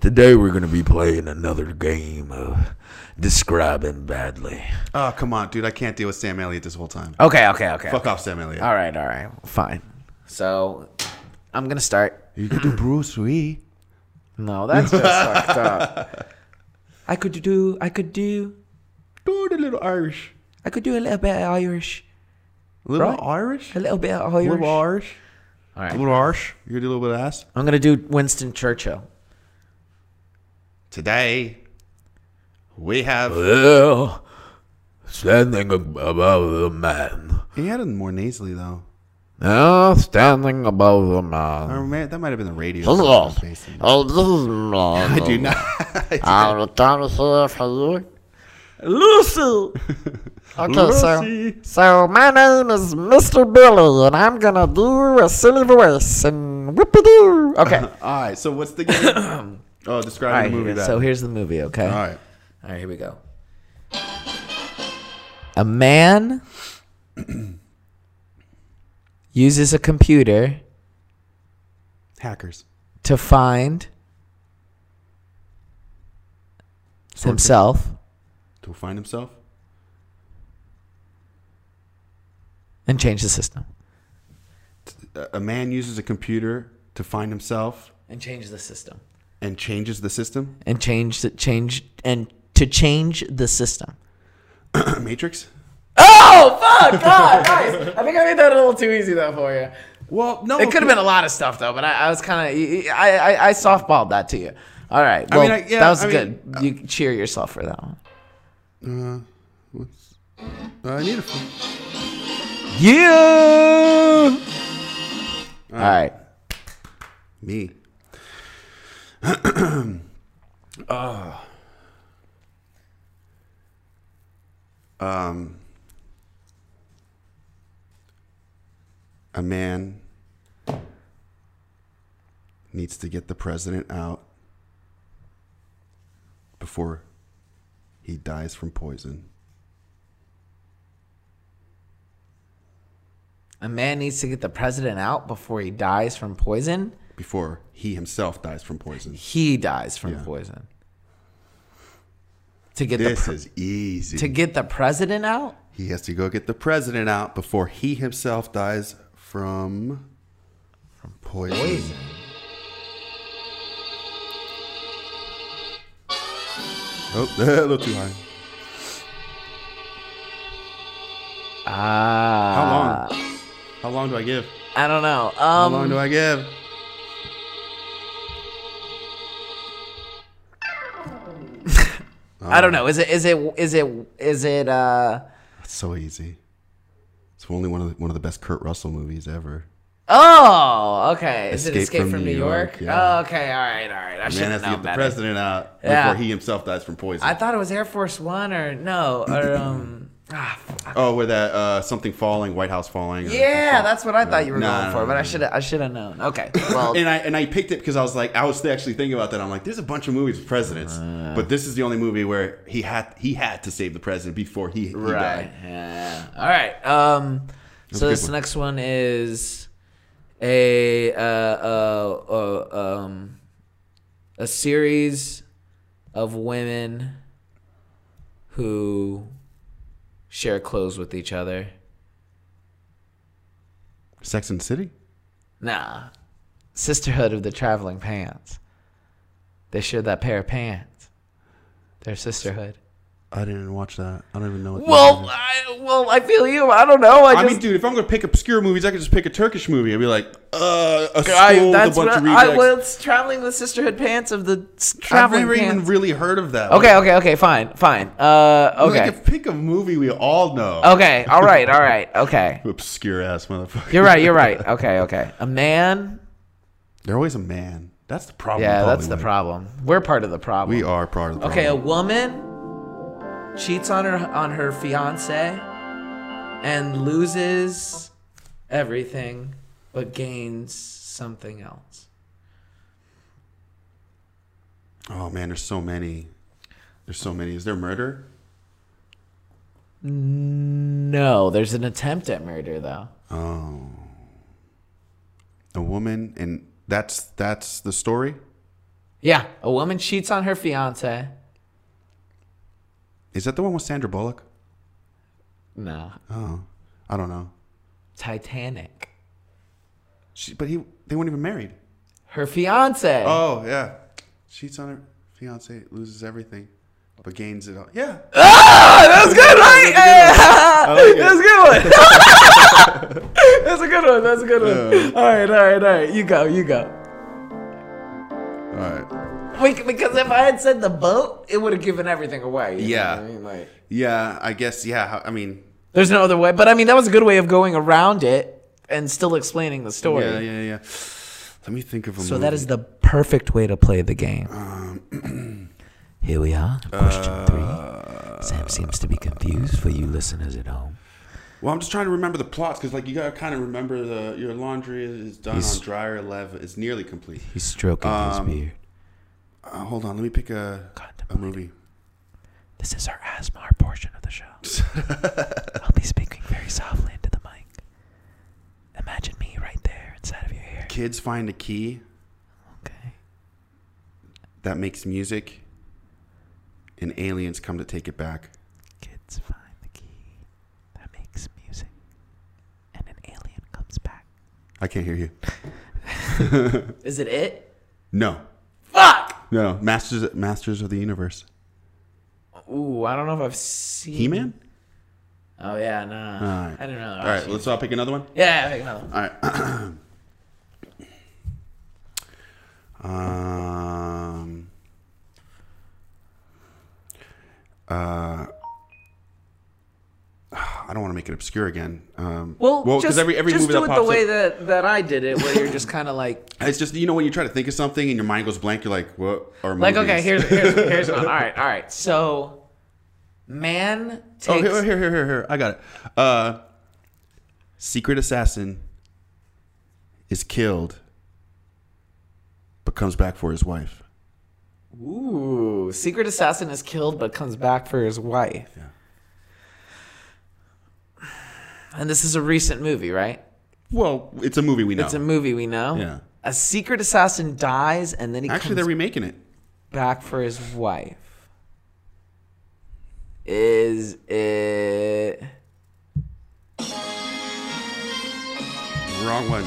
F: Today we're going to be playing another game of describing badly.
C: Oh come on, dude! I can't deal with Sam Elliott this whole time.
A: okay. Okay. Okay.
C: Fuck off, Sam Elliott.
A: Uh, All right. All right. Fine. So, I'm gonna start.
C: You can do Bruce Lee.
A: No, that's just fucked up. I could do. I could do.
C: Do the little Irish.
A: I could do a little bit of Irish.
C: Little
A: Right.
C: Irish.
A: A little bit of Irish.
C: Little Irish.
A: All right.
C: Little Irish. You do a little bit of ass.
A: I'm gonna do Winston Churchill.
C: Today, we have.
F: Well, standing ab- above the man.
C: He had it more nasally though.
E: Now standing above the man.
C: Oh, man, that might have been the radio.
E: Hello.
C: Basically.
E: Oh, this is wrong.
C: I do not.
E: I'm a dinosaur for you.
G: Lucy.
E: Okay, so, so my name is Mr. Billy, and I'm gonna do a silly voice and whoop-a-doo. Okay.
C: All right, so what's the game? oh, describe
G: All right,
C: the movie that.
G: so here's the movie. Okay.
C: All right.
G: All right, here we go.
A: A man uses a computer
C: Hackers.
A: to find himself
C: To find himself?
A: and change the system.
C: A- A man uses a computer to find himself
A: And change the system.
C: and changes the system?
A: And change the change and to change the system.
C: Matrix?
A: Oh fuck! God, nice. I think I made that a little too easy though for you.
C: Well, no.
A: It could have been a lot of stuff though, but I, I was kind of I, I I softballed that to you. All right,
C: I
A: well
C: mean, I- yeah,
A: that was
C: I mean, uh,
A: good. you cheer yourself for that one.
C: I need a phone.
A: Yeah. All right.
C: Me. Ah. uh, um, a man needs to get the president out before he dies from poison.
A: A man needs to get the president out before he dies from poison.
C: Before he himself dies from poison.
A: He dies from
C: Yeah.
A: poison. To get the
C: This
A: pre-
C: is easy.
A: to get the president out.
C: He has to go get the president out before he himself dies from from poison. Oh, a little too high. Ah. How long? How long do I give?
A: I don't know.
C: How
A: Um,
C: long do I give?
A: I don't know. Is it is it is it is it uh
C: That's so easy. It's only one of the, one of the best Kurt Russell movies ever.
A: Oh, okay. Is it
C: Escape
A: Escape from, New York?
C: yeah.
A: Oh, okay. All right. All right. I should
C: Man
A: have known
C: has to get the
A: better.
C: president out before
A: Yeah.
C: he himself dies from poison.
A: I thought it was Air Force One or no or um. ah, fuck.
C: oh, where that uh, something falling, White House falling. or-
A: yeah, that's what I thought you were
C: No,
A: going
C: no,
A: for,
C: no,
A: but
C: no,
A: I should have I should have known. Okay. Well,
C: and I and I picked it because I was like I was actually thinking about that. I'm like, there's a bunch of movies with presidents, but this is the only movie where he had he had to save the president before he, he
A: right.
C: died.
A: Yeah. All right. Um. So
C: a good
A: this
C: one.
A: next one is a uh, uh, uh um a series of women who share clothes with each other.
C: Sex and the City.
A: Nah. Sisterhood of the Traveling Pants. They share that pair of pants. Their sisterhood.
C: I didn't watch that. I don't even know. What
A: Well, I, well, I feel you. I don't know. I,
C: I
A: just.
C: mean, dude, if I'm gonna pick obscure movies, I could just pick a Turkish movie. I'd be like, uh, a school
A: I,
C: with a
A: that's
C: bunch
A: what
C: of
A: I, I
C: rejects.
A: was traveling with sisterhood pants of the s-
C: I've
A: traveling
C: never even
A: pants.
C: really heard of that.
A: okay, okay, okay, fine, fine. Uh,
C: Like,
A: okay,
C: Like, pick a movie we all know.
A: okay, all right, all right, okay.
C: Obscure ass motherfucker.
A: You're right, you're right. Okay, okay. A man.
C: They're always a man. That's the problem.
A: Yeah,
C: with
A: that's the
C: Hollywood.
A: problem. We're part of the problem.
C: We are part of the
G: Okay, a
C: problem.
G: woman cheats on her on her fiance and loses everything but gains something else.
D: uh,
C: Oh man, there's so many. There's so many. Is there murder?
A: No, there's an attempt at murder though.
C: Oh. A woman and that's that's the story?
A: Yeah, a woman cheats on her fiance.
C: Is that the one with Sandra Bullock?
A: No,
C: Oh. I don't know.
A: Titanic.
C: She, but he they weren't even married.
A: Her fiance.
C: Oh, yeah. Cheats on her fiance, loses everything, but gains it all. Yeah.
A: That's good, right?
C: like it.
A: That's a good one. That's a good one. That's a good one. All right, all right, all right. You go, you go.
C: All right.
G: Wait, because if I had said the boat, it would have given everything away. you know
C: Yeah.
G: what I mean? Like,
C: Yeah, I guess yeah, I mean,
A: There's no other way, but I mean that was a good way of going around it. and still explaining the story.
C: Yeah, yeah, yeah. Let me think of a
D: So that is the perfect way to play the game.
A: Uh.
F: Here we are. Question three. Uh, Sam seems to be confused for you listeners at home.
C: Well, I'm just trying to remember the plots because, like, you gotta kind of remember the your laundry is done
F: He's-
C: on dryer eleven. It's nearly complete.
F: He's stroking
C: Um,
F: his beard.
C: Uh, hold on, let me pick a a movie.
F: This is our ASMR portion of the show. I'll be speaking very softly into the mic. Imagine me right there inside of your ear.
C: Kids find a key
F: Okay.
C: that makes music, and aliens come to take it back.
F: Kids find the key that makes music, and an alien comes back.
C: I can't hear you.
A: Is it it?
C: No. Fuck. No, masters masters of the universe.
A: Ooh, I don't know if I've seen.
C: He Man.
A: Oh yeah, nah.
C: Alright.
A: I don't
F: Ah,
A: know.
C: All right, let's all pick another one.
A: Yeah, pick another. one.
C: All right. um. Uh. I don't want to make it obscure again. Um,
A: Well,
C: because
A: just,
C: every every
A: just
C: movie
A: do
C: that
A: it
C: pops
A: the way
C: up,
A: that that I did it, where you're just kind of like,
C: it's just you know when you try to think of something and your mind goes blank, you're like, what? Or
A: like, okay, here's here's here's one. All right, all right. So, man takes.
C: Oh, here, here, here, here, here. I got it. Uh, secret assassin is killed, but comes back for his wife.
A: Ooh, secret assassin is killed but comes back for his wife.
C: Yeah.
A: And this is a recent movie, right?
C: Well, it's a movie we know.
A: It's a movie we know.
C: Oh. Yeah.
A: A secret assassin dies and then he
C: Actually, they're
A: comes
C: remaking it.
A: back for his wife. Is it?
C: Wrong one.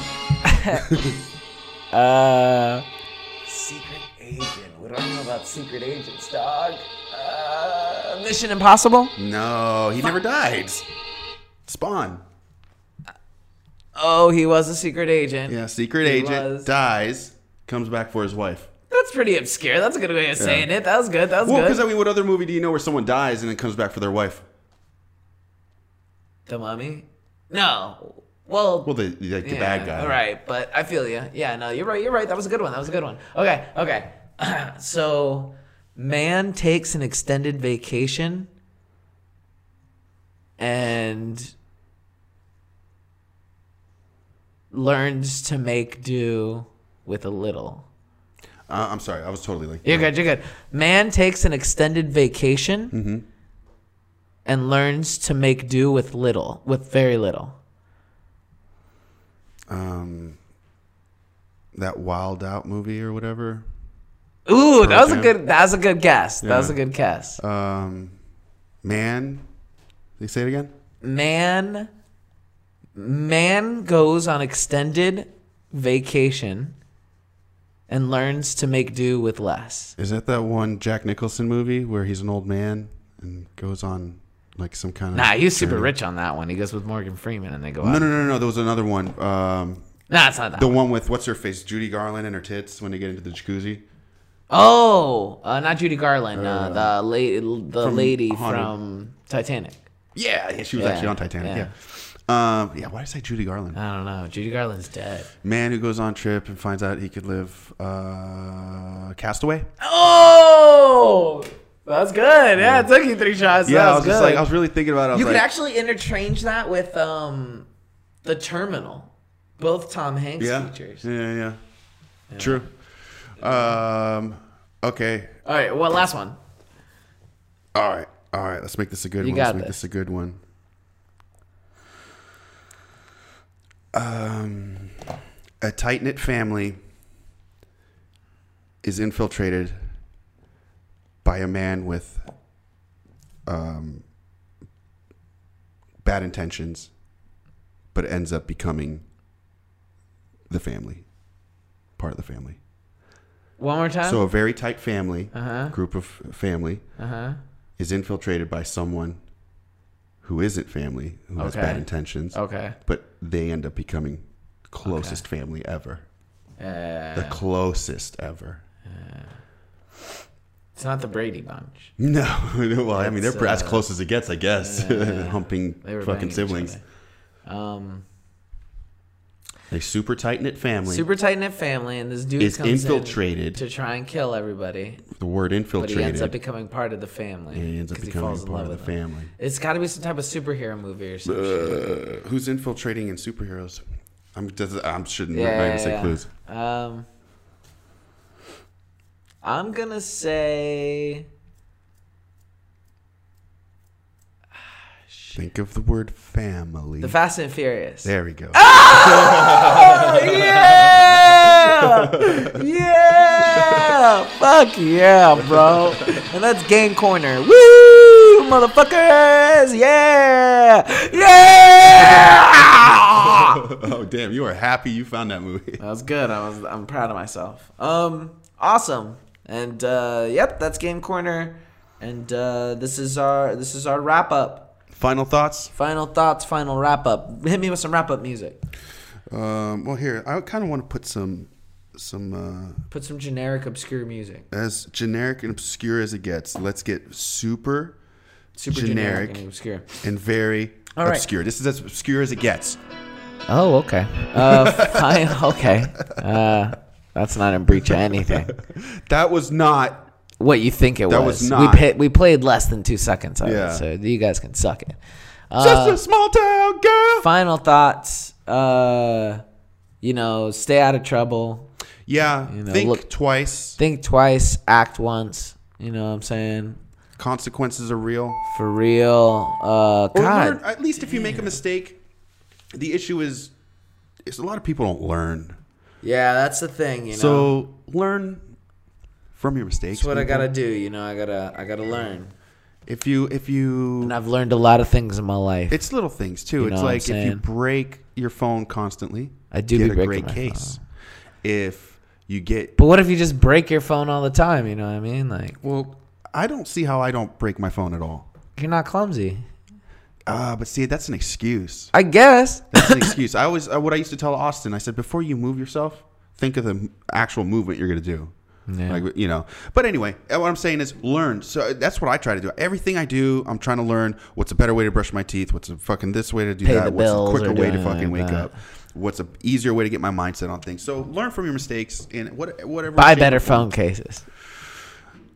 A: Uh, secret agent. What do I know about secret agents, dog? Uh, Mission Impossible.
C: No, he never died. Spawn.
A: Oh, he was a secret agent.
C: Yeah, secret agent
A: was.
C: dies, comes back for his wife.
A: That's pretty obscure. That's a good way of saying it. That was good. That was
C: Well,
A: good.
C: because I mean, what other movie do you know where someone dies and then comes back for their wife?
A: The mummy? No. Well,
C: Well, the like the
A: yeah,
C: bad guy.
A: All right, but I feel you. Yeah, no, you're right. You're right. That was a good one. That was a good one. Okay, okay. so, man takes an extended vacation and learns to make do with a little.
C: Uh, I'm sorry, I was totally like.
A: You're good. You're good. Man takes an extended vacation and learns to make do with little, with very little.
C: Um, that Wild Out movie or whatever.
A: Ooh, that was a
C: Jam.
A: good. That was a good guess. That was a
C: Yeah.
A: good guess.
C: Um, man. They say it again.
A: Man, man goes on extended vacation and learns to make do with less.
C: Is that that one Jack Nicholson movie where he's an old man and goes on like some kind of?
A: Nah, he was super
C: journey?
A: rich on that one. He goes with Morgan Freeman and they go out.
C: No, no, no, no, no. There was another one. Um,
A: Nah, it's not that.
C: the
A: one.
C: one with what's her face, Judy Garland and her tits when they get into the jacuzzi.
A: Oh, uh, not Judy Garland. Uh, the la- the
C: from
A: lady
C: Haunted.
A: from Titanic.
C: Yeah, yeah she was
A: Yeah,
C: actually on Titanic.
A: yeah. Uh.
C: Yeah. Um, yeah. Why did I say Judy Garland?
A: I don't know. Judy Garland's dead.
C: Man who goes on trip and finds out he could live uh, castaway.
A: Oh, that's good. Yeah, it took you three shots.
C: Yeah,
A: that
C: I
A: was
C: was
A: good.
C: just like, I was really thinking about it. I was
A: You
C: like,
A: could actually interchange that with um, the Terminal, both Tom Hanks
C: yeah,
A: features.
C: yeah, yeah, True. Um, okay.
A: All right, well, last one.
C: All right. All right. Let's make this a good
A: You
C: one. Let's
A: got
C: make
A: this.
C: this a good one. Um, a tight knit family is infiltrated by a man with um, bad intentions, but ends up becoming the family, part of the family.
A: One more time. Uh-huh,
C: So a very tight family, group of family, is infiltrated by someone who isn't family, who has
A: Okay. Oh.
C: bad intentions,
A: okay.
C: but they end up becoming closest family ever,
A: Uh,
C: the closest ever.
A: it's not the Brady Bunch.
C: No, well, I mean they're
A: That's,
C: pr as
A: uh,
C: close as it gets, I guess. Humping
A: They were
C: fucking
A: banging each
C: siblings.
A: other. Um,
C: a super tight knit family.
A: Super tight knit family, and this dude
C: Is
A: comes in
C: infiltrated.
A: to try and kill everybody,
C: the word
A: but
C: infiltrated.
A: he ends up becoming part of the family.
C: Yeah, he ends up
A: 'cause
C: becoming
A: falls in
C: part
A: love
C: of
A: with
C: the
A: them.
C: family.
A: It's got to be some type of superhero movie or something.
C: Uh, who's infiltrating in superheroes? I'm. Does, I'm shouldn't.
A: yeah,
C: I'm not
A: yeah,
C: gonna say
A: yeah.
C: clues.
A: Um, I'm gonna say
C: Think of the word family.
A: the Ah! Fast and Furious.
C: Hmm. there we go.
A: Yeah, yeah, fuck yeah, bro. And that's game corner. Woo, motherfuckers! Yeah, yeah.
C: oh damn! You are happy you found that movie.
A: That was good. I was I'm proud of myself. Um awesome. And uh yep, that's game corner. And uh this is our this is our wrap up.
C: Final thoughts.
A: Final thoughts, final wrap up. Hit me with some wrap up music.
C: Um, well, here I kind of want to put some some uh,
A: Put some generic obscure music.
C: as generic and obscure as it gets. Let's get super
A: Super generic, and obscure.
C: and very
A: right.
C: obscure. This is as obscure as it gets.
A: Oh, okay. Uh fine, okay. Uh that's not in breach of anything.
C: That was not.
A: What you think it
C: That
A: was.
C: was not.
A: We pa- we played less than 2 seconds of
C: Yeah.
A: it. So you guys can suck it. Uh,
C: Just a small town girl.
A: final thoughts uh you know stay out of trouble
C: Yeah,
A: know,
C: think
A: look-
C: twice.
A: think twice act once you know what i'm saying
C: Consequences are real.
A: for real uh
C: Or
A: god
C: learn- at least if you make a mistake, the issue is, is a lot of people don't learn.
A: yeah that's the thing you know
C: So learn from your mistakes.
A: that's what i
C: people.
A: gotta do you know i gotta i gotta learn
C: If you if you
A: and i've learned a lot of things in my life
C: It's little things too.
A: know
C: it's
A: what I'm
C: like if you
A: saying?
C: break your phone constantly,
A: I do
C: get
A: be
C: a
A: breaking
C: great
A: my
C: case. If you get
A: but what if you just break your phone all the time you know what i mean like
C: well, I don't see how I don't break my phone at all.
A: you're not clumsy
C: Ah, but see, that's an excuse.
A: i guess
C: That's an excuse. I always uh, what I used to tell Austin. I said before you move yourself, think of the m- actual movement you're gonna do. Like you know, but anyway, uh, what I'm saying is learn. So uh, that's what I try to do. Everything I do, I'm trying to learn what's a better way to brush my teeth. What's a fucking this way to do
A: Pay
C: that?
A: the
C: what's
A: bills
C: a quicker
A: or
C: way to
A: doing
C: fucking wake
A: that.
C: up? What's a easier way to get my mindset on things? So learn from your mistakes and what whatever.
A: buy
C: shape
A: better
C: or
A: phone
C: form-
A: cases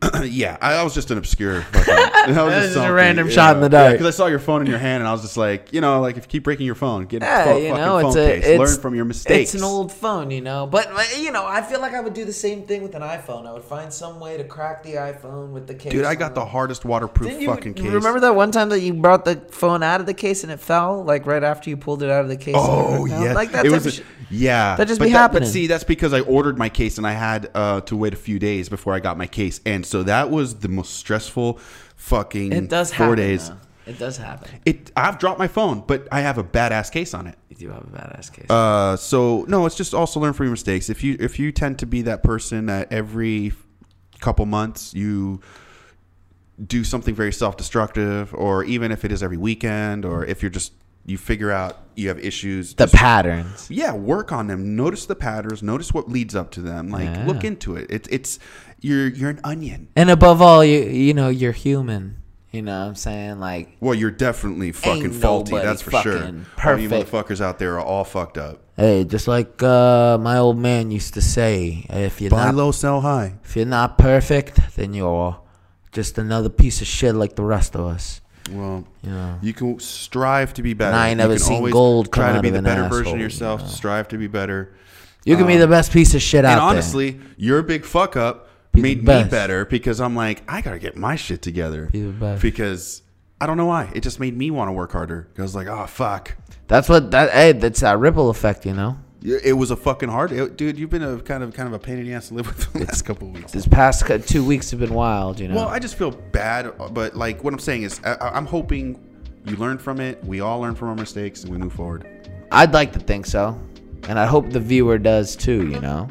C: Uh, yeah, I, I was just an obscure. Fucking, that was just
A: just a
C: something,
A: random shot in the dark.
C: Because I saw your phone in your hand, and I was just like, you know, like if you keep breaking your phone, get a
A: Yeah,
C: fu-
A: you
C: fucking
A: know,
C: phone
A: it's a
C: case.
A: it's,
C: learn from your mistakes.
A: It's an old phone, you know. But like, you know, I feel like I would do the same thing with an iPhone. I would find some way to crack the iPhone with the case.
C: Dude, I got the hardest waterproof
A: Didn't you-
C: fucking case.
A: Remember that one time that you brought the phone out of the case and it fell, like right after you pulled it out of the case? and
C: Oh
A: it fell?
C: yeah,
A: like that.
C: It
A: type
C: was
A: of
C: a-
A: shit.
C: yeah.
A: That just
C: but
A: be
C: But
A: happening.
C: see, that's because I ordered my case and I had uh, to wait a few days before I got my case, and so that was the most stressful fucking
A: It does
C: four
A: happen.
C: days.
A: though. It does happen.
C: It. I've dropped my phone, but I have a badass case on it.
A: You do have a badass case.
C: Uh, so no, it's just also learn from your mistakes. If you if you tend to be that person that every couple months you do something very self-destructive, or even if it is every weekend, or if you're just you figure out you have issues,
A: the
C: just
A: patterns.
C: yeah work on them notice the patterns notice what leads up to them like
A: Yeah.
C: look into it it's it's you're you're an onion
A: And above all, you you know you're human. You know what I'm saying? Like
C: well you're definitely fucking
A: Ain't
C: faulty
A: nobody
C: that's for
A: fucking
C: sure all you
A: perfect.
C: motherfuckers out there are all fucked up
F: Hey, just like uh, my old man used to say, if you're
C: buy
F: not
C: low sell high
F: if you're not perfect, then you're just another piece of shit like the rest of us.
C: well
F: Yeah.
C: you can strive to be better
F: I ain't never
C: you can
F: seen
C: always
F: gold come
C: try to
F: out
C: be
F: of
C: the
F: an
C: better version
F: asshole,
C: of
F: you
C: yourself strive to be better
F: You can be the best piece of shit out
C: Uh, and
F: there.
C: honestly your big fuck up
F: the
C: made me
F: best.
C: better because i'm like i gotta get my shit together
F: the best.
C: because i don't know why it just made me want to work harder 'Cause i was like oh fuck
F: that's what that. Hey, that's that ripple effect, you know.
C: Yeah, It was a fucking hard, it- dude. You've been a kind of kind of a pain in the ass to live with the last couple of weeks.
A: this past cou- two weeks have been wild. You know.
C: Well, I just feel bad, but like what I'm saying is, I, I- I'm hoping you learn from it. We all learn from our mistakes and we move forward.
A: I'd like to think so. And I hope the viewer does too, you know?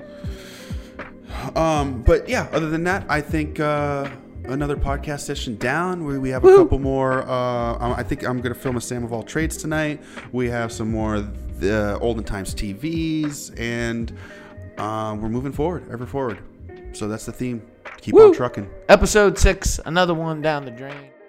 C: Um, but yeah, other than that, I think uh, another podcast session down. We, we have a couple more. Uh, I I think I'm gonna film a Sam of all trades tonight. We have some more the olden times TVs, and um, we're moving forward, ever forward. So that's the theme. Keep on trucking.
A: Episode six, another one down the drain.